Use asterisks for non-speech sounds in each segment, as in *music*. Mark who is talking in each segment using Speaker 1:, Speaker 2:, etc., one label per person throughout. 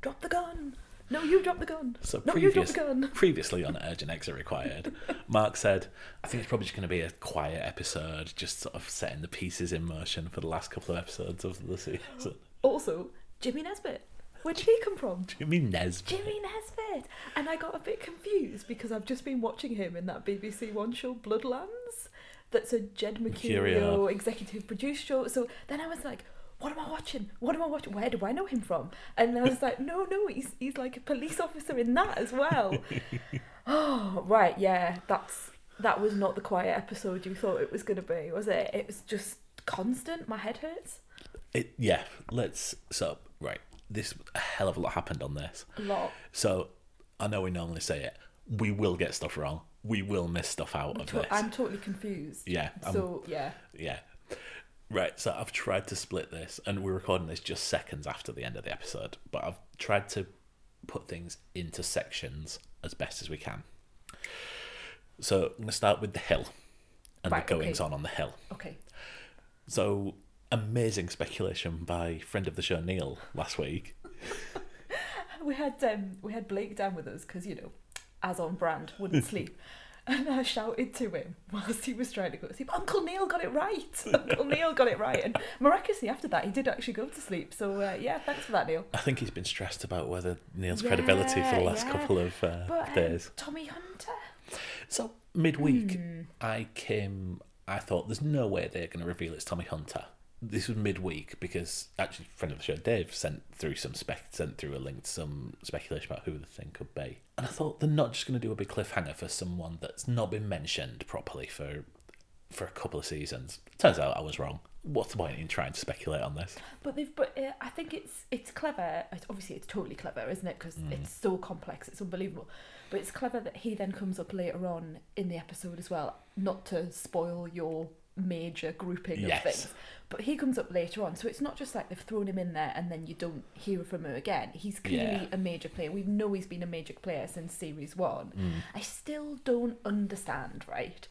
Speaker 1: drop the gun. No, you drop the gun.
Speaker 2: So
Speaker 1: no, you drop
Speaker 2: previous,
Speaker 1: the *laughs* gun.
Speaker 2: previously on Urgent Exit Required, Mark said, I think it's probably just going to be a quiet episode, just sort of setting the pieces in motion for the last couple of episodes of the season. *laughs*
Speaker 1: Also, Jimmy Nesbitt. Where did he come from?
Speaker 2: Jimmy Nesbitt.
Speaker 1: Jimmy Nesbitt. And I got a bit confused because I've just been watching him in that BBC One show Bloodlands. That's a Jed
Speaker 2: Mercurio.
Speaker 1: Mercurio executive produced show. So then I was like, what am I watching? What am I watching? Where do I know him from? And I was like, no, no, he's he's like a police officer in that as
Speaker 2: *laughs*
Speaker 1: well. oh, right, yeah, that's that was not the quiet episode you thought it was going to be, was it? It was just constant. My head hurts.
Speaker 2: It, yeah, let's. So, right, this a hell of a lot happened on this.
Speaker 1: A lot.
Speaker 2: So, I know we normally say it. We will get stuff wrong. We will miss stuff out of this.
Speaker 1: To- I'm totally confused.
Speaker 2: Yeah, I'm-
Speaker 1: So yeah.
Speaker 2: Yeah. Right, so I've tried to split this, and we're recording this just seconds after the end of the episode, but I've tried to put things into sections as best as we can. So I'm going to start with the hill and
Speaker 1: Right,
Speaker 2: the
Speaker 1: okay.
Speaker 2: goings on on the hill.
Speaker 1: Okay.
Speaker 2: So, amazing speculation by friend of the show Neil last week.
Speaker 1: We had um, we had Blake down with us because you know, as on brand, wouldn't sleep. And I shouted to him whilst he was trying to go to sleep. Uncle Neil got it right. *laughs* Uncle Neil got it right. And miraculously, after that, he did actually go to sleep. So uh, yeah, thanks for that, Neil.
Speaker 2: I think he's been stressed about whether Neil's credibility for the
Speaker 1: Yeah,
Speaker 2: last
Speaker 1: yeah.
Speaker 2: couple of uh,
Speaker 1: But um,
Speaker 2: days.
Speaker 1: Tommy Hunter.
Speaker 2: So midweek, I came. I thought there's no way they're going to reveal it's Tommy Hunter. This was midweek because actually, friend of the show Dave sent through some spec, sent through a link to some speculation about who the thing could be, and I thought they're not just going to do a big cliffhanger for someone that's not been mentioned properly for for a couple of seasons. Turns out I was wrong. What's the point in trying to speculate on this?
Speaker 1: But they've but uh, I think it's it's clever. It's, obviously, it's totally clever, isn't it? Because it's so complex, it's unbelievable. But it's clever that he then comes up later on in the episode as well, not to spoil your major grouping
Speaker 2: Yes.
Speaker 1: of things. But he comes up later on, so it's not just like they've thrown him in there and then you don't hear from him again. He's clearly
Speaker 2: Yeah.
Speaker 1: a major player. We know he's been a major player since series one. I still don't understand, right?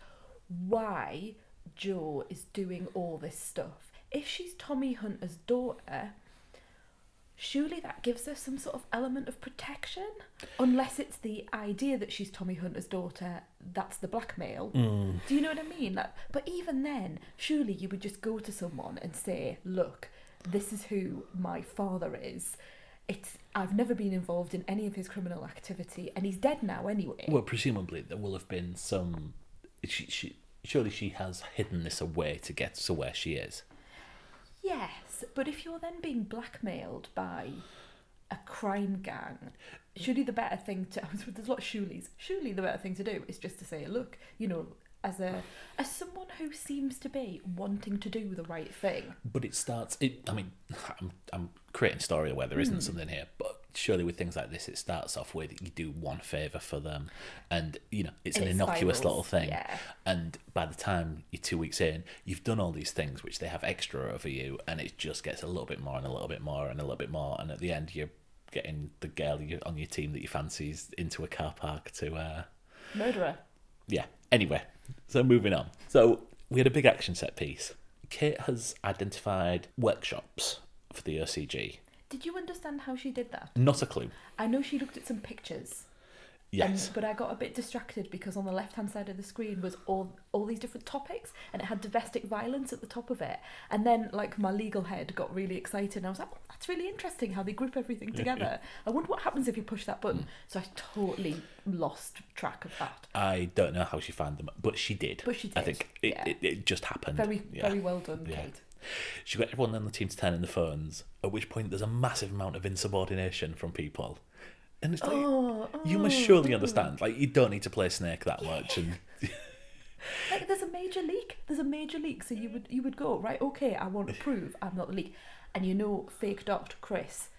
Speaker 1: why Jo is doing all this stuff. If she's Tommy Hunter's daughter, surely that gives her some sort of element of protection. Unless it's the idea that she's Tommy Hunter's daughter, that's the blackmail. Do you know what I mean? Like, but even then, surely you would just go to someone and say, "Look, this is who my father is." It's I've never been involved in any of his criminal activity, and he's dead now anyway.
Speaker 2: Well, presumably there will have been some. She, she surely she has hidden this away to get to where she is.
Speaker 1: Yes, but if you're then being blackmailed by a crime gang, surely the better thing to *laughs* there's a lot of shoelies. Surely the better thing to do is just to say, look, you know, as a as someone who seems to be wanting to do the right thing.
Speaker 2: but it starts it i mean i'm, I'm creating story where there
Speaker 1: Hmm.
Speaker 2: isn't something here but surely with things like this it starts off with you do one favor for them and you know it's
Speaker 1: And
Speaker 2: an
Speaker 1: it
Speaker 2: innocuous
Speaker 1: spirals,
Speaker 2: little thing
Speaker 1: yeah.
Speaker 2: and by the time you're two weeks in you've done all these things which they have extra over you and it just gets a little bit more and a little bit more and a little bit more and at the end you're getting the girl you on your team that you fancies into a car park to uh
Speaker 1: Murderer.
Speaker 2: yeah. Anyway, so moving on. So we had a big action set piece. Kate has identified workshops for the OCG.
Speaker 1: Did you understand how she did that?
Speaker 2: Not a clue.
Speaker 1: I know she looked at some pictures. And-
Speaker 2: Yes.
Speaker 1: but I got a bit distracted because on the left hand side of the screen was all all these different topics, and it had domestic violence at the top of it. And then, like my legal head got really excited, and I was like, oh, "That's really interesting how they group everything together. I wonder what happens if you push that
Speaker 2: Hmm.
Speaker 1: button." So I totally lost track of that.
Speaker 2: I don't know how she found them, but she did.
Speaker 1: But she
Speaker 2: I
Speaker 1: did,
Speaker 2: think it,
Speaker 1: yeah.
Speaker 2: it, it just happened.
Speaker 1: Very
Speaker 2: Yeah.
Speaker 1: very well done,
Speaker 2: Yeah.
Speaker 1: Kate.
Speaker 2: She got everyone on the team to turn in the phones, at which point there's a massive amount of insubordination from people. And it's like,
Speaker 1: Oh,
Speaker 2: you must surely understand. Like, you don't need to play Snake that much. And
Speaker 1: Like, there's a major leak. There's a major leak. So you would you would go right. Okay, I
Speaker 2: *laughs*
Speaker 1: want to prove I'm not the leak. And you know, fake Doctor Chris,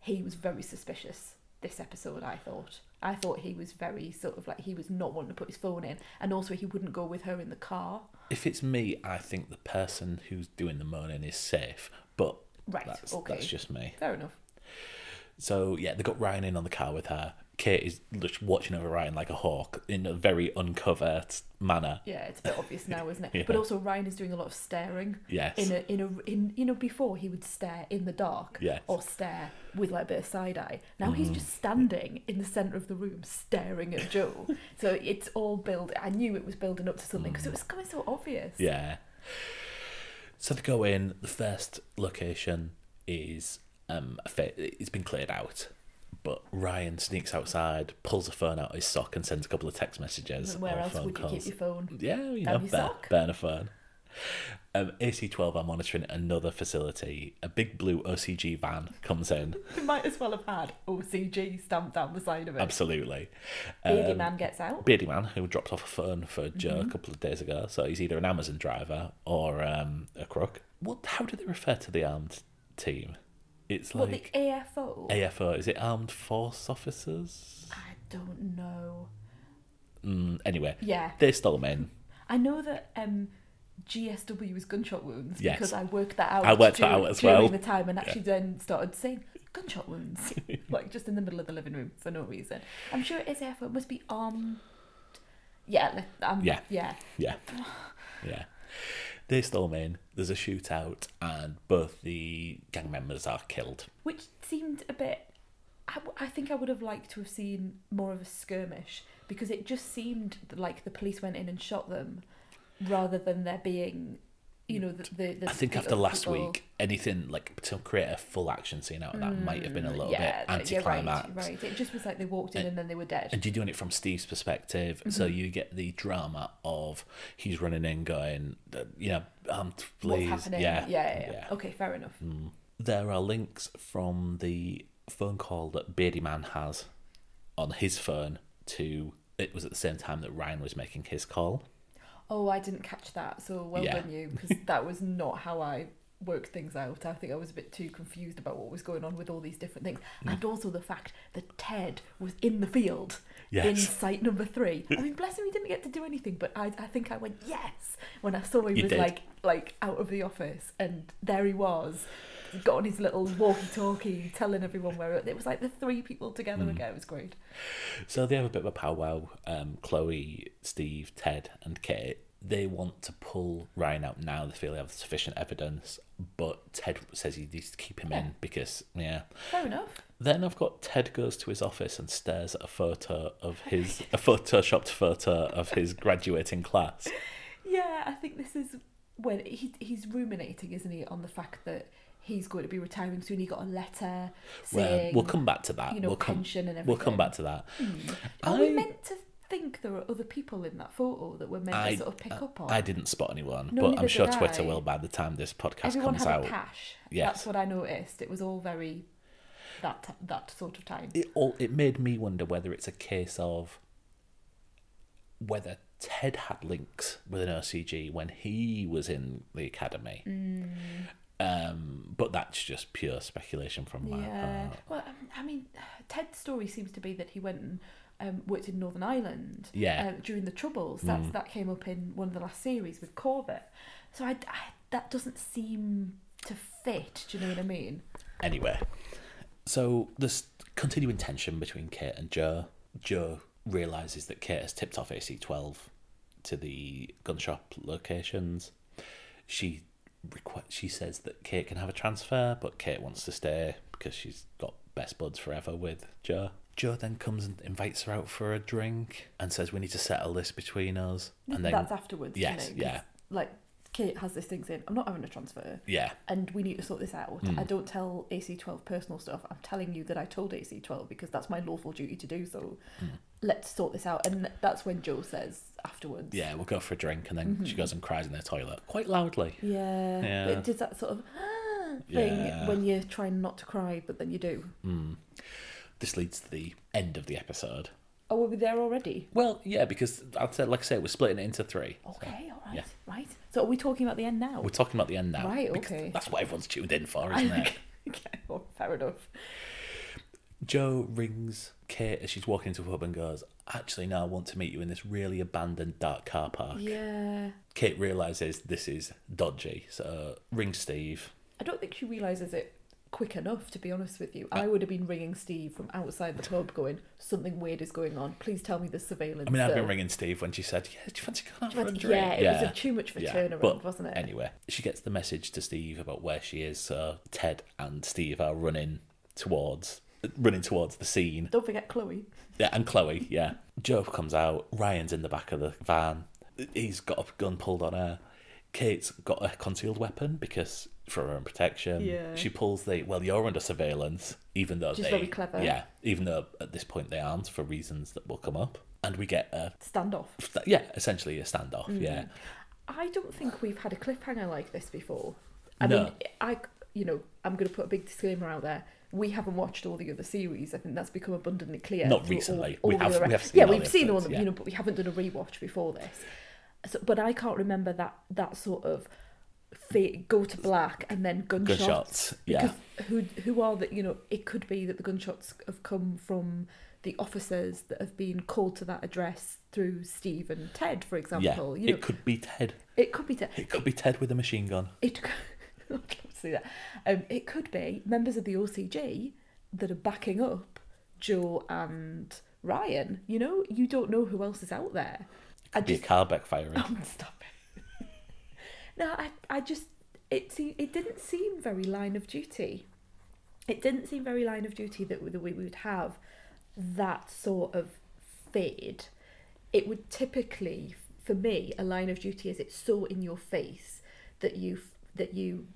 Speaker 1: he was very suspicious this episode. I thought. I thought he was very sort of like he was not wanting to put his phone in, and also he wouldn't go with her in the car.
Speaker 2: If it's me, I think the person who's doing the moaning is safe, but
Speaker 1: Right,
Speaker 2: that's,
Speaker 1: okay.
Speaker 2: that's just me.
Speaker 1: Fair enough.
Speaker 2: So yeah, they got Ryan in on the car with her. Kate is just watching over Ryan like a hawk in a very uncovert manner.
Speaker 1: Yeah, it's a bit obvious now, isn't it?
Speaker 2: *laughs* Yeah.
Speaker 1: But also Ryan is doing a lot of staring.
Speaker 2: Yes.
Speaker 1: In a in a in you know before he would stare in the dark.
Speaker 2: Yes. Mm-hmm.
Speaker 1: Or stare with like a bit of side eye. Now he's just standing in the center of the room staring at Joe.
Speaker 2: *laughs*
Speaker 1: so it's all build. I knew it was building up to something because it was coming so obvious.
Speaker 2: Mm. Yeah. So they go in. The first location is um, a fa- it's been cleared out, but Ryan sneaks outside, pulls a phone out of his sock, and sends a couple of text messages.
Speaker 1: Where
Speaker 2: or
Speaker 1: else
Speaker 2: phone
Speaker 1: would you keep
Speaker 2: calls.
Speaker 1: your phone?
Speaker 2: *laughs*
Speaker 1: *laughs*
Speaker 2: Yeah, you
Speaker 1: Down
Speaker 2: know,
Speaker 1: your
Speaker 2: bear,
Speaker 1: sock?
Speaker 2: bear a phone. Um, AC12 are monitoring another facility. A big blue OCG van comes in.
Speaker 1: You might as well have had OCG stamped down the side of it.
Speaker 2: Absolutely. um,
Speaker 1: Beardy man Mm-hmm. gets out.
Speaker 2: Beardy man who dropped off a phone for Joe a couple of days ago. So he's either an Amazon driver or um, a crook. What? How do they refer to the armed team? It's
Speaker 1: Well,
Speaker 2: like
Speaker 1: the AFO.
Speaker 2: AFO. Is it armed force officers?
Speaker 1: I don't know.
Speaker 2: Mm, anyway,
Speaker 1: Yeah.
Speaker 2: they stole him in.
Speaker 1: I know that um, GSW is gunshot wounds
Speaker 2: Yes.
Speaker 1: because I worked that out.
Speaker 2: I worked that
Speaker 1: dur-
Speaker 2: out as
Speaker 1: during
Speaker 2: well.
Speaker 1: the time and actually then started saying gunshot
Speaker 2: *laughs*
Speaker 1: wounds, like just in the middle of the living room for no reason. I'm sure it is AFO. It must be armed. Yeah, le- um,
Speaker 2: Yeah.
Speaker 1: yeah.
Speaker 2: Yeah, yeah. They stole him in. There's a shootout, and both the gang members are killed.
Speaker 1: Which seemed a bit. I, w- I think I would have liked to have seen more of a skirmish because it just seemed like the police went in and shot them rather than there being, you know, the. the, the
Speaker 2: Mm. I think
Speaker 1: the
Speaker 2: after
Speaker 1: other
Speaker 2: last
Speaker 1: people-
Speaker 2: week, anything like to create a full action scene out of that might have been a little bit
Speaker 1: that- Mm, yeah,
Speaker 2: anticlimax.
Speaker 1: right, right. It just was like they walked in and then they were dead.
Speaker 2: And you're doing it from Steve's perspective, so
Speaker 1: Mm-hmm.
Speaker 2: you get the drama of he's running in, going, you know, um,
Speaker 1: What's
Speaker 2: please,
Speaker 1: happening?
Speaker 2: yeah,
Speaker 1: yeah, yeah, yeah. Okay, fair enough.
Speaker 2: There are links from the phone call that Beardy Man has on his phone to. It was at the same time that Ryan was making his call.
Speaker 1: Oh, I didn't catch that. So well
Speaker 2: Yeah.
Speaker 1: done you,
Speaker 2: *laughs*
Speaker 1: because that was not how I worked things out. I think I was a bit too confused about what was going on with all these different things,
Speaker 2: Mm.
Speaker 1: and also the fact that Ted was in the field. In
Speaker 2: Yes.
Speaker 1: site number three. I mean, bless him, he didn't get to do anything, but I, I think I went yes when I saw he
Speaker 2: You
Speaker 1: was
Speaker 2: did.
Speaker 1: like like out of the office, and there he was, got on his little walkie-talkie, telling everyone where it, it was like the three people together
Speaker 2: Mm.
Speaker 1: again. It was great.
Speaker 2: So they have a bit of a powwow. Um, Chloe, Steve, Ted, and Kate. They want to pull Ryan out now. They feel they have sufficient evidence, but Ted says he needs to keep him
Speaker 1: Yeah.
Speaker 2: in because, yeah.
Speaker 1: Fair enough.
Speaker 2: Then I've got Ted goes to his office and stares at a photo of his a photoshopped photo of his
Speaker 1: *laughs*
Speaker 2: graduating class.
Speaker 1: Yeah, I think this is when he he's ruminating, isn't he, on the fact that he's going to be retiring soon. He got a letter
Speaker 2: Where
Speaker 1: saying,
Speaker 2: we'll come back to that.
Speaker 1: you know,
Speaker 2: we'll come
Speaker 1: pension and
Speaker 2: we'll come
Speaker 1: everything.
Speaker 2: back to that. Hmm.
Speaker 1: "Are we
Speaker 2: I-
Speaker 1: meant to think there are other people in that photo that we're meant
Speaker 2: I,
Speaker 1: to sort of pick up on?"
Speaker 2: I didn't spot anyone,
Speaker 1: No,
Speaker 2: but
Speaker 1: neither
Speaker 2: I'm sure
Speaker 1: did
Speaker 2: Twitter
Speaker 1: I.
Speaker 2: will by the time this podcast
Speaker 1: Everyone
Speaker 2: comes
Speaker 1: had
Speaker 2: out.
Speaker 1: a cash.
Speaker 2: Yes.
Speaker 1: That's what I noticed. It was all very that t- that sort of time.
Speaker 2: it all it made me wonder whether it's a case of whether Ted had links with an OCG when he was in the academy.
Speaker 1: Hmm.
Speaker 2: Um, but that's just pure speculation from my
Speaker 1: Yeah.
Speaker 2: part.
Speaker 1: Well, um, I mean, *sighs* Ted's story seems to be that he went and um, worked in Northern Ireland
Speaker 2: Yeah. Mm.
Speaker 1: uh, during the Troubles. That's, That came up in one of the last series with Corbett. So I, I- that doesn't seem to fit. Do you know what I mean?
Speaker 2: Anyway, so there's continuing tension between Kate and Joe. Joe realizes that Kate has tipped off AC12 to the gun shop locations. She requ- she says that Kate can have a transfer, but Kate wants to stay because she's got best buds forever with Joe. Joe then comes and invites her out for a drink and says we need to settle this between us. And then
Speaker 1: That's afterwards. you
Speaker 2: Yes,
Speaker 1: know, 'cause,
Speaker 2: yeah.
Speaker 1: Like Kate has this thing saying, "I'm not having a transfer."
Speaker 2: yeah,
Speaker 1: and we need to sort this out.
Speaker 2: Mm.
Speaker 1: I don't tell AC12 personal stuff. I'm telling you that I told AC12 because that's my lawful duty to do so.
Speaker 2: Mm.
Speaker 1: Let's sort this out. And that's when Joe says afterwards.
Speaker 2: yeah, we'll go for a drink and then
Speaker 1: Mm-hmm.
Speaker 2: she goes and cries in the toilet quite loudly.
Speaker 1: Yeah.
Speaker 2: Yeah.
Speaker 1: It does that sort of *gasps* thing
Speaker 2: Yeah.
Speaker 1: when you're trying not to cry, but then you do.
Speaker 2: This leads to the end of the episode.
Speaker 1: Oh, we'll be there already.
Speaker 2: Well, yeah, because I'd say, like I say, we're splitting it into three.
Speaker 1: Okay, all right,
Speaker 2: yeah.
Speaker 1: right. So are we talking about the end now? *laughs*
Speaker 2: We're talking about the end now.
Speaker 1: Right,
Speaker 2: because
Speaker 1: okay.
Speaker 2: That's what everyone's tuned in for,
Speaker 1: *laughs*
Speaker 2: isn't it?
Speaker 1: okay, well, fair enough.
Speaker 2: Joe rings Kate as she's walking into a pub and goes, Actually, no, I want to meet you in this really abandoned dark car park.
Speaker 1: Yeah.
Speaker 2: Kate realises this is dodgy, so rings Steve.
Speaker 1: I don't think she realises it quick enough, to be honest with you.
Speaker 2: Uh,
Speaker 1: I would have been ringing Steve from outside the pub going, something weird is going on. Please tell me the surveillance. uh,
Speaker 2: I mean, I've
Speaker 1: still."
Speaker 2: been ringing Steve when she said, "Yeah, do you fancy going out for a
Speaker 1: But
Speaker 2: drink?"
Speaker 1: yeah, it was a too much of a turnaround,
Speaker 2: but
Speaker 1: wasn't it?
Speaker 2: Anyway, she gets the message to Steve about where she is. So Ted and Steve are running towards running towards the scene.
Speaker 1: Don't forget Chloe.
Speaker 2: Yeah, and Chloe, yeah. Joe comes out. Ryan's in the back of the van. He's got a gun pulled on her. Kate's got a concealed weapon because for her own protection.
Speaker 1: Yeah.
Speaker 2: She pulls the well, you're under surveillance, even though
Speaker 1: She's
Speaker 2: they
Speaker 1: very clever.
Speaker 2: Yeah, even though at this point they aren't for reasons that will come up. And we get a
Speaker 1: Standoff.
Speaker 2: yeah, essentially a standoff.
Speaker 1: Mm,
Speaker 2: Yeah,
Speaker 1: I don't think we've had a cliffhanger like this before. I
Speaker 2: No.
Speaker 1: mean, I you know I'm going to put a big disclaimer out there. We haven't watched all the other series. I think that's become abundantly clear.
Speaker 2: Not
Speaker 1: through
Speaker 2: recently.
Speaker 1: All, all
Speaker 2: We
Speaker 1: the
Speaker 2: have-
Speaker 1: other-
Speaker 2: we have seen
Speaker 1: yeah,
Speaker 2: all
Speaker 1: we've
Speaker 2: the
Speaker 1: seen all
Speaker 2: episodes,
Speaker 1: them,
Speaker 2: yeah.
Speaker 1: you know, but we haven't done a rewatch before this. So, but I can't remember that that sort of fa- go to black and then gunshots.
Speaker 2: gunshots. Yeah,
Speaker 1: Because who who are the you know it could be that the gunshots have come from the officers that have been called to that address through Steve and Ted, for example.
Speaker 2: yeah.
Speaker 1: You know,
Speaker 2: It could be Ted.
Speaker 1: it could be Ted.
Speaker 2: It could be Ted with a machine gun.
Speaker 1: It *laughs* I'd love to see that. Um, it could be members of the OCG that are backing up Joe and Ryan. You know, you don't know who else is out there. I
Speaker 2: Be a
Speaker 1: just
Speaker 2: car backfiring.
Speaker 1: *laughs* oh, stop it. *laughs* no, I I just it se- it didn't seem very line of duty. It didn't seem very line of duty that we, that we would have that sort of fade. It would typically, for me, a line of duty is it's so in your face that you f- that you,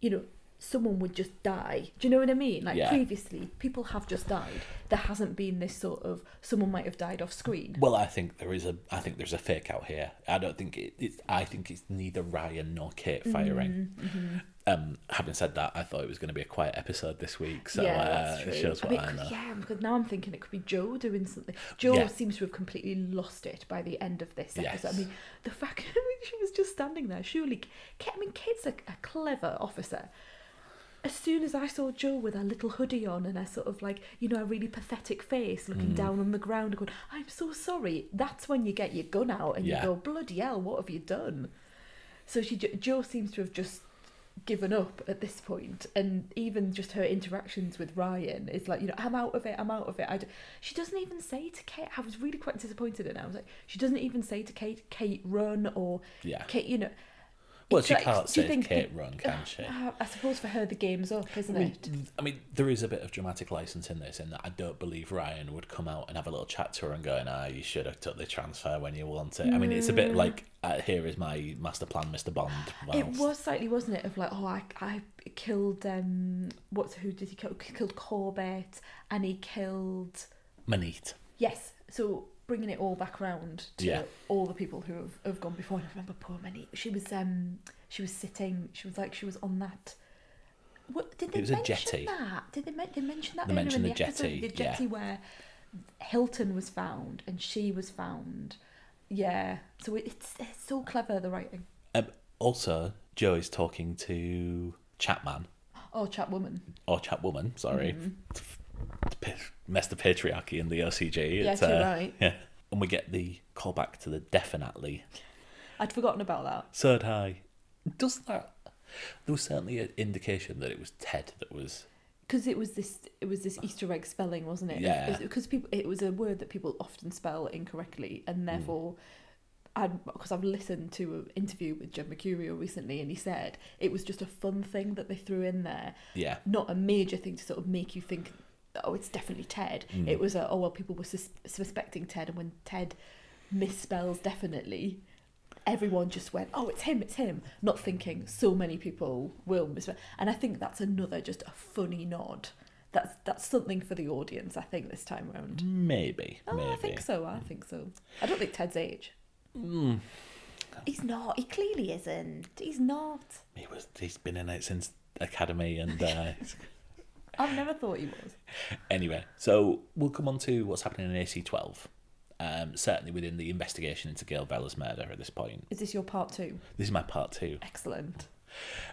Speaker 1: you know, someone would just die. Do you know what I mean? Like
Speaker 2: Yeah.
Speaker 1: previously, people have just died. There hasn't been this sort of someone might have died off screen.
Speaker 2: Well, I think there is a I think there's a fake out here. I don't think it, it's I think it's neither Ryan nor Kate
Speaker 1: Mm-hmm,
Speaker 2: firing. Um, having said that, I thought it was going to be a quiet episode this week, so
Speaker 1: yeah,
Speaker 2: uh,
Speaker 1: that's true.
Speaker 2: it shows
Speaker 1: I
Speaker 2: what
Speaker 1: mean,
Speaker 2: I,
Speaker 1: it could-
Speaker 2: know.
Speaker 1: Yeah, because now I'm thinking it could be Joe doing
Speaker 2: *gasps*
Speaker 1: something. Joe
Speaker 2: Yeah.
Speaker 1: seems to have completely lost it by the end of this episode.
Speaker 2: Yes.
Speaker 1: I mean, the fact *laughs* I mean, she was just standing there. Surely, Ka- I mean, Kate's a, a clever officer. As soon as I saw Joe with her little hoodie on and her sort of like, you know, a really pathetic face looking
Speaker 2: Mm.
Speaker 1: down on the ground, going, I'm so sorry. That's when you get your gun out and
Speaker 2: Yeah.
Speaker 1: you go, bloody hell, what have you done? So she Jo- Joe seems to have just given up at this point, and even just her interactions with Ryan is like, you know, I'm out of it, I'm out of it. I d-. She doesn't even say to Kate. I was really quite disappointed in her. I was like, she doesn't even say to Kate, Kate, run or
Speaker 2: Yeah.
Speaker 1: Kate, you know.
Speaker 2: Well,
Speaker 1: it's
Speaker 2: she
Speaker 1: like-
Speaker 2: can't
Speaker 1: do you
Speaker 2: say
Speaker 1: think-
Speaker 2: Kate run, can
Speaker 1: *sighs*
Speaker 2: she?
Speaker 1: Uh, I suppose for her the game's up, isn't it?
Speaker 2: I mean, there is a bit of dramatic license in this, in that I don't believe Ryan would come out and have a little chat to her and going, "Ah, you should have took the transfer when you wanted." I mean, it's a bit like, uh, "Here is my master plan, Mister Bond."
Speaker 1: It
Speaker 2: whilst-
Speaker 1: was slightly, wasn't it? Of like, oh, I, I killed um, what's who did he kill? Killed Corbett, and he killed
Speaker 2: Manit.
Speaker 1: Yes. So bringing it all back round to
Speaker 2: Yeah.
Speaker 1: all the people who have, have gone before. And I remember poor Manny. She was um she was sitting. She was like she was on that. What did they
Speaker 2: was a
Speaker 1: mention
Speaker 2: jetty.
Speaker 1: that? Did they men- they mention that?
Speaker 2: They
Speaker 1: earlier
Speaker 2: mentioned
Speaker 1: in
Speaker 2: the
Speaker 1: the, episode?
Speaker 2: jetty,
Speaker 1: The
Speaker 2: yeah.
Speaker 1: jetty where Hilton was found and she was found. Yeah. So it- it's, it's so clever the writing.
Speaker 2: Um, also, Joe is talking to Chapman
Speaker 1: Oh, Mm-hmm. chat woman.
Speaker 2: or Chapwoman. Sorry, P- mess the patriarchy in the OCG.
Speaker 1: Yes,
Speaker 2: It's,
Speaker 1: you're
Speaker 2: uh,
Speaker 1: right.
Speaker 2: Yeah, and we get the callback to the definitely.
Speaker 1: I'd forgotten about that.
Speaker 2: So did I. Does that? There was certainly an indication that it was Ted that was.
Speaker 1: because it was this it was this Easter egg spelling, wasn't it?
Speaker 2: Yeah.
Speaker 1: Because people, it was a word that people often spell incorrectly, and therefore, I because I've listened to an interview with Jim Mercurio recently, and he said it was just a fun thing that they threw in there,
Speaker 2: Yeah,
Speaker 1: not a major thing to sort of make you think, oh, it's definitely Ted. It was a oh well, people were sus- suspecting Ted, and when Ted misspells definitely. Everyone just went, oh, it's him, it's him, not thinking so many people will misspell. And I think that's another just a funny nod. That's that's something for the audience, I think, this time round.
Speaker 2: maybe.
Speaker 1: Oh,
Speaker 2: Mm. maybe.
Speaker 1: I think so. I think so. I don't think Ted's age. He's not. He clearly isn't. He's not.
Speaker 2: He was. He's been in it since academy, and uh, *laughs*
Speaker 1: I've never thought he was.
Speaker 2: anyway, so we'll come on to what's happening in AC twelve. Um, certainly within the investigation into Gail Bella's murder at this point.
Speaker 1: Is this your part two?
Speaker 2: This is my part two.
Speaker 1: Excellent.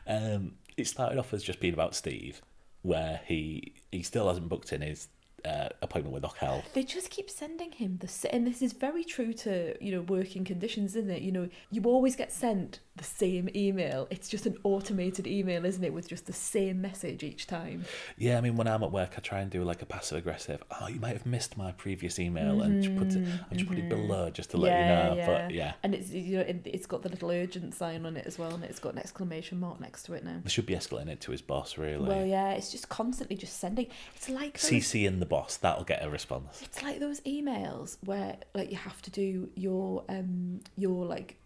Speaker 2: Um, it started off as just being about Steve, where he he still hasn't booked in his uh, appointment with Ockel.
Speaker 1: They just keep sending him the s- and this is very true to you know working conditions, isn't it? You know, you always get sent the same email. It's just an automated email, isn't it? With just the same message each time.
Speaker 2: Yeah, I mean, when I'm at work, I try and do like a passive aggressive. Oh, you might have missed my previous email, and just put it, I just put it
Speaker 1: Mm-hmm.
Speaker 2: below just to let you know. But yeah,
Speaker 1: And it's you know it- it's got the little urgent sign on it as well, and it's got an exclamation mark next to it now.
Speaker 2: they should be escalating it to his boss, really.
Speaker 1: Well, yeah, it's just constantly just sending. It's like those,
Speaker 2: CC in the boss, that'll get a response.
Speaker 1: it's like those emails where like you have to do your um your like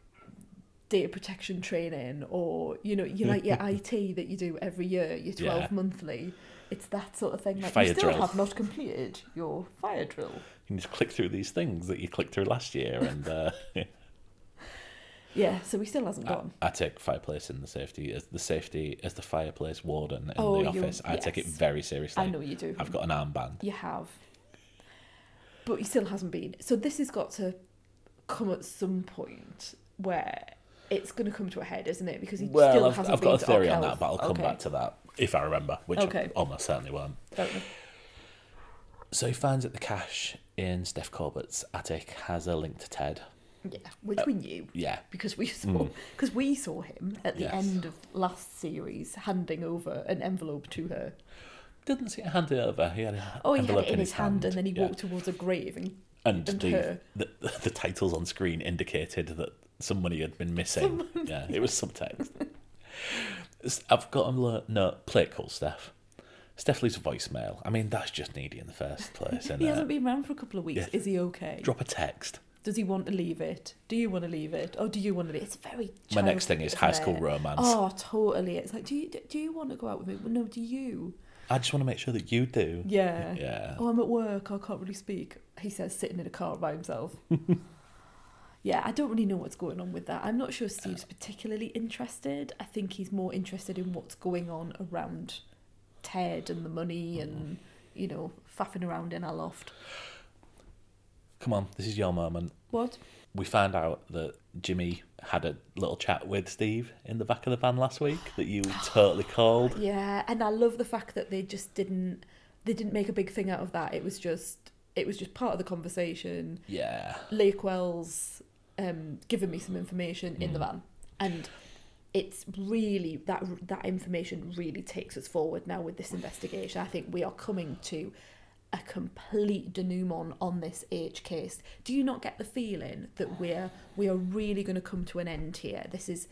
Speaker 1: data protection training or you know you
Speaker 2: *laughs*
Speaker 1: like your IT that you do every year, your
Speaker 2: Yeah.
Speaker 1: twelve monthly. It's that sort of thing. Like
Speaker 2: Fire
Speaker 1: you still
Speaker 2: drill.
Speaker 1: have not completed your fire drill.
Speaker 2: You just click through these things that you clicked through last year, and uh, *laughs*
Speaker 1: Yeah, so he still hasn't
Speaker 2: I,
Speaker 1: gone.
Speaker 2: I take fireplace in the safety as the safety as the fireplace warden in
Speaker 1: Oh,
Speaker 2: the
Speaker 1: you-
Speaker 2: office. I take it
Speaker 1: yes.
Speaker 2: very seriously.
Speaker 1: I know you do.
Speaker 2: I've got an armband.
Speaker 1: You have. But he still hasn't been. So this has got to come at some point where it's going to come to a head, isn't it? Because he still
Speaker 2: Well, I've,
Speaker 1: hasn't
Speaker 2: I've
Speaker 1: been
Speaker 2: got
Speaker 1: to
Speaker 2: a theory on
Speaker 1: Oak
Speaker 2: that, but I'll
Speaker 1: Health.
Speaker 2: come
Speaker 1: okay.
Speaker 2: back to that if I remember, which
Speaker 1: Okay.
Speaker 2: I almost certainly won't.
Speaker 1: Fair enough.
Speaker 2: So he finds that the cash in Steph Corbett's attic has a link to Ted.
Speaker 1: Yeah, which
Speaker 2: Uh,
Speaker 1: we knew
Speaker 2: Yeah,
Speaker 1: because we *laughs* saw because we saw him at the
Speaker 2: Hmm. Yes.
Speaker 1: end of last series handing over an envelope to her.
Speaker 2: didn't see it handed over. He had a
Speaker 1: Oh, he had
Speaker 2: envelope
Speaker 1: it in his hand, and then he
Speaker 2: yeah.
Speaker 1: walked towards a grave and
Speaker 2: And,
Speaker 1: and
Speaker 2: the,
Speaker 1: her.
Speaker 2: the the titles on screen indicated that some money had been missing. yeah, it was subtext. S- I've got a lo- no play it cool, Steph. Steph leaves a voicemail. I mean, that's just needy in the first place,
Speaker 1: *laughs*
Speaker 2: isn't
Speaker 1: he
Speaker 2: it?
Speaker 1: hasn't been around for a couple of weeks.
Speaker 2: uh, Yeah.
Speaker 1: Is he okay?
Speaker 2: Drop a text.
Speaker 1: Does he want to leave it? Do you want to leave it? Or do you want to leave it? It's very.
Speaker 2: My
Speaker 1: childlike,
Speaker 2: next thing is
Speaker 1: isn't
Speaker 2: high school
Speaker 1: it?
Speaker 2: romance.
Speaker 1: Oh, totally. It's like, do you do you want to go out with me? Well, no, do you?
Speaker 2: I just want to make sure that you do.
Speaker 1: Yeah.
Speaker 2: Yeah.
Speaker 1: Oh, I'm at work. I can't really speak. He says, sitting in a car by himself. yeah, I don't really know what's going on with that. I'm not sure Steve's particularly interested. I think he's more interested in what's going on around Ted and the money and you know faffing around in our loft.
Speaker 2: Come on, this is your moment.
Speaker 1: What?
Speaker 2: We found out that Jimmy had a little chat with Steve in the back of the van last week
Speaker 1: *gasps*
Speaker 2: that you totally called.
Speaker 1: Yeah, and I love the fact that they just didn't they didn't make a big thing out of that. It was just it was just part of the conversation.
Speaker 2: Yeah.
Speaker 1: Lake Wells um giving me some information in the van. And it's really that that information really takes us forward now with this investigation. I think we are coming to a complete denouement on this H case. Do you not get the feeling that we're we are really going to come to an end here? This is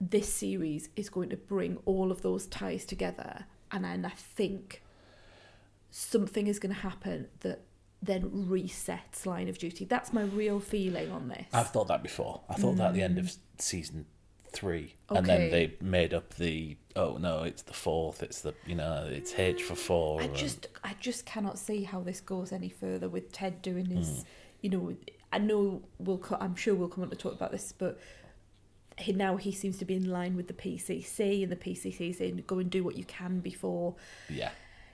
Speaker 1: this series is going to bring all of those ties together and then I think something is going to happen that then resets line of duty. That's my real feeling on this.
Speaker 2: I've thought that before. I thought that at the end of s- season three, and then
Speaker 1: Mm. Okay.
Speaker 2: they made up the oh no, it's the fourth. It's the you know it's H for four.
Speaker 1: I
Speaker 2: and-
Speaker 1: just I just cannot see how this goes any further with Ted doing his
Speaker 2: Hmm.
Speaker 1: you know I know we'll co- I'm sure we'll come on to talk about this but he, now he seems to be in line with the PCC and the PCC is saying go and do what you can before
Speaker 2: yeah,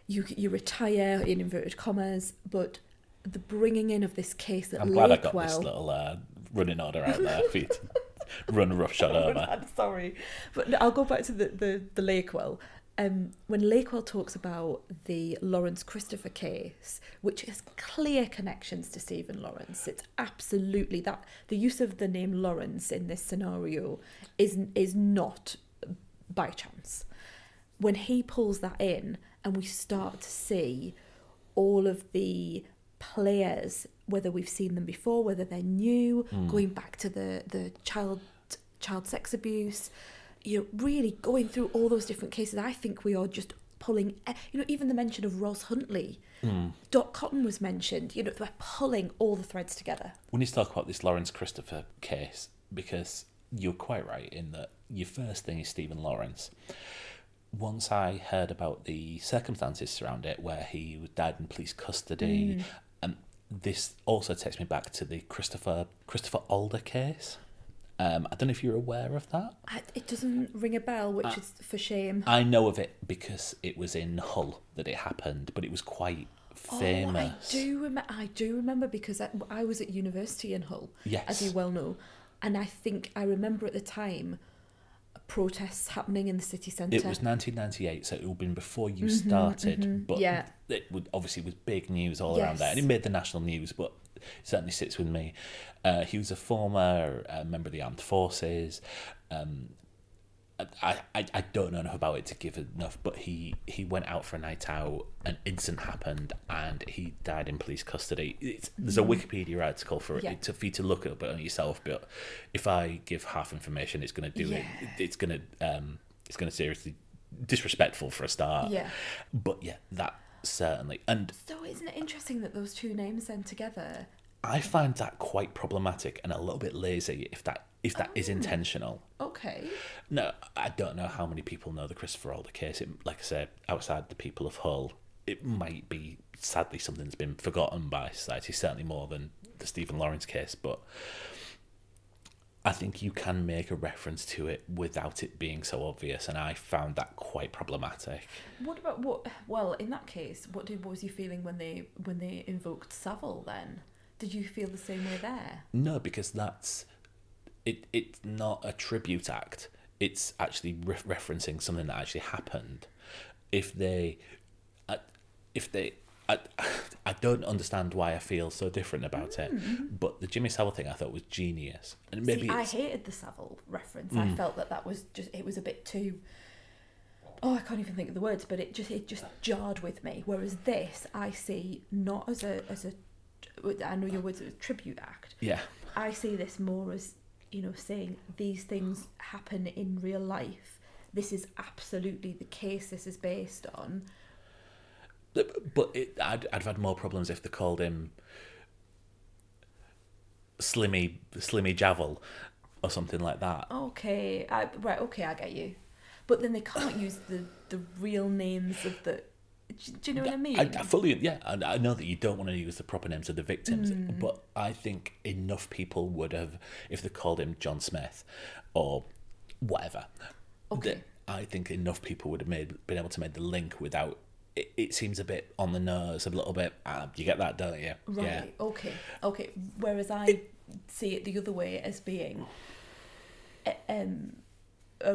Speaker 1: you you retire in inverted commas but the bringing in of this case that
Speaker 2: I'm
Speaker 1: Lakewell
Speaker 2: glad I got this little uh, running order out there for
Speaker 1: *laughs*
Speaker 2: you to run roughshod over.
Speaker 1: I'm sorry, but no, I'll go back to the the, the Lakewell. Um, when Lakewell talks about the Lawrence Christopher case, which has clear connections to Stephen Lawrence, it's absolutely that the use of the name Lawrence in this scenario is is not by chance. When he pulls that in, and we start to see all of the players, whether we've seen them before, whether they're new, going back to the the child child sex abuse, you know, really going through all those different cases. I think we are just pulling, e- you know, even the mention of Ross Huntley, Dot Cotton was mentioned. You know, we're pulling all the threads together.
Speaker 2: We need to talk about this Lawrence Christopher case because you're quite right in that your first thing is Stephen Lawrence. Once I heard about the circumstances around it, where he was- died in police custody,
Speaker 1: Mm.
Speaker 2: and this also takes me back to the Christopher Christopher Alder case. Um, I don't know if you're aware of that.
Speaker 1: I, it doesn't ring a bell, which is for shame.
Speaker 2: I know of it because it was in Hull that it happened, but it was quite famous.
Speaker 1: Oh, I do remember. I do remember because I, I was at university in Hull,
Speaker 2: Yes.
Speaker 1: as you well know, and I think I remember at the time protests happening in the city centre.
Speaker 2: It was 1998, so it would have been before you started. But
Speaker 1: Mm-hmm, yeah.
Speaker 2: it would, obviously was big news all around
Speaker 1: Yes.
Speaker 2: there, and it made the national news. But it certainly sits with me. Uh, he was a former uh, member of the armed forces. Um, I, I, I don't know enough about it to give enough, but he, he went out for a night out, an incident happened, and he died in police custody. It's, there's a Wikipedia article for
Speaker 1: Mm.
Speaker 2: it,
Speaker 1: Yeah.
Speaker 2: to, for you to look up it on yourself, but if I give half information, it's going to do it.
Speaker 1: Yeah.
Speaker 2: It's going to um, it's going to seriously disrespectful for a start.
Speaker 1: Yeah.
Speaker 2: But yeah, that certainly. And
Speaker 1: So isn't it interesting that those two names then together?
Speaker 2: I find that quite problematic and a little bit lazy if that if that is intentional.
Speaker 1: Okay.
Speaker 2: No, I don't know how many people know the Christopher Alder case. It, like I said, outside the people of Hull, it might be sadly something that's been forgotten by society, certainly more than the Stephen Lawrence case. But I think you can make a reference to it without it being so obvious, and I found that quite problematic.
Speaker 1: What about what? Well, in that case, what did what was you feeling when they when they invoked Savile? Then did you feel the same way there?
Speaker 2: No, because that's it. It's not a tribute act. It's actually re- referencing something that actually happened. If they, I, if they, I, *laughs* I don't understand why I feel so different about it. But the Jimmy Savile thing I thought was genius, and
Speaker 1: Mm.
Speaker 2: maybe
Speaker 1: See, I
Speaker 2: it's, Mm.
Speaker 1: hated the Savile reference. I felt that that was just it was a bit too. Oh, I can't even think of the words, but it just it just jarred with me. Whereas this, I see not as a as a. I know your words are a tribute act.
Speaker 2: yeah,
Speaker 1: I see this more as you know saying these things happen in real life. This is absolutely the case. This is based on.
Speaker 2: But it, I'd, I'd have had more problems if they called him Slimmy Slimmy Javel or something like that.
Speaker 1: Okay, I, right. Okay, I get you. But then they can't use the the real names of the. Do, do you know what I mean?
Speaker 2: I, I fully, yeah, I, I know that you don't want to use the proper names of the victims,
Speaker 1: Hmm.
Speaker 2: but I think enough people would have, if they called him John Smith or whatever,
Speaker 1: Okay.
Speaker 2: that I think enough people would have made been able to make the link without. It, it seems a bit on the nose, a little bit. Uh, you get that, don't you?
Speaker 1: Right.
Speaker 2: Yeah.
Speaker 1: Okay. Okay. Whereas I see it the other way as being a, um, a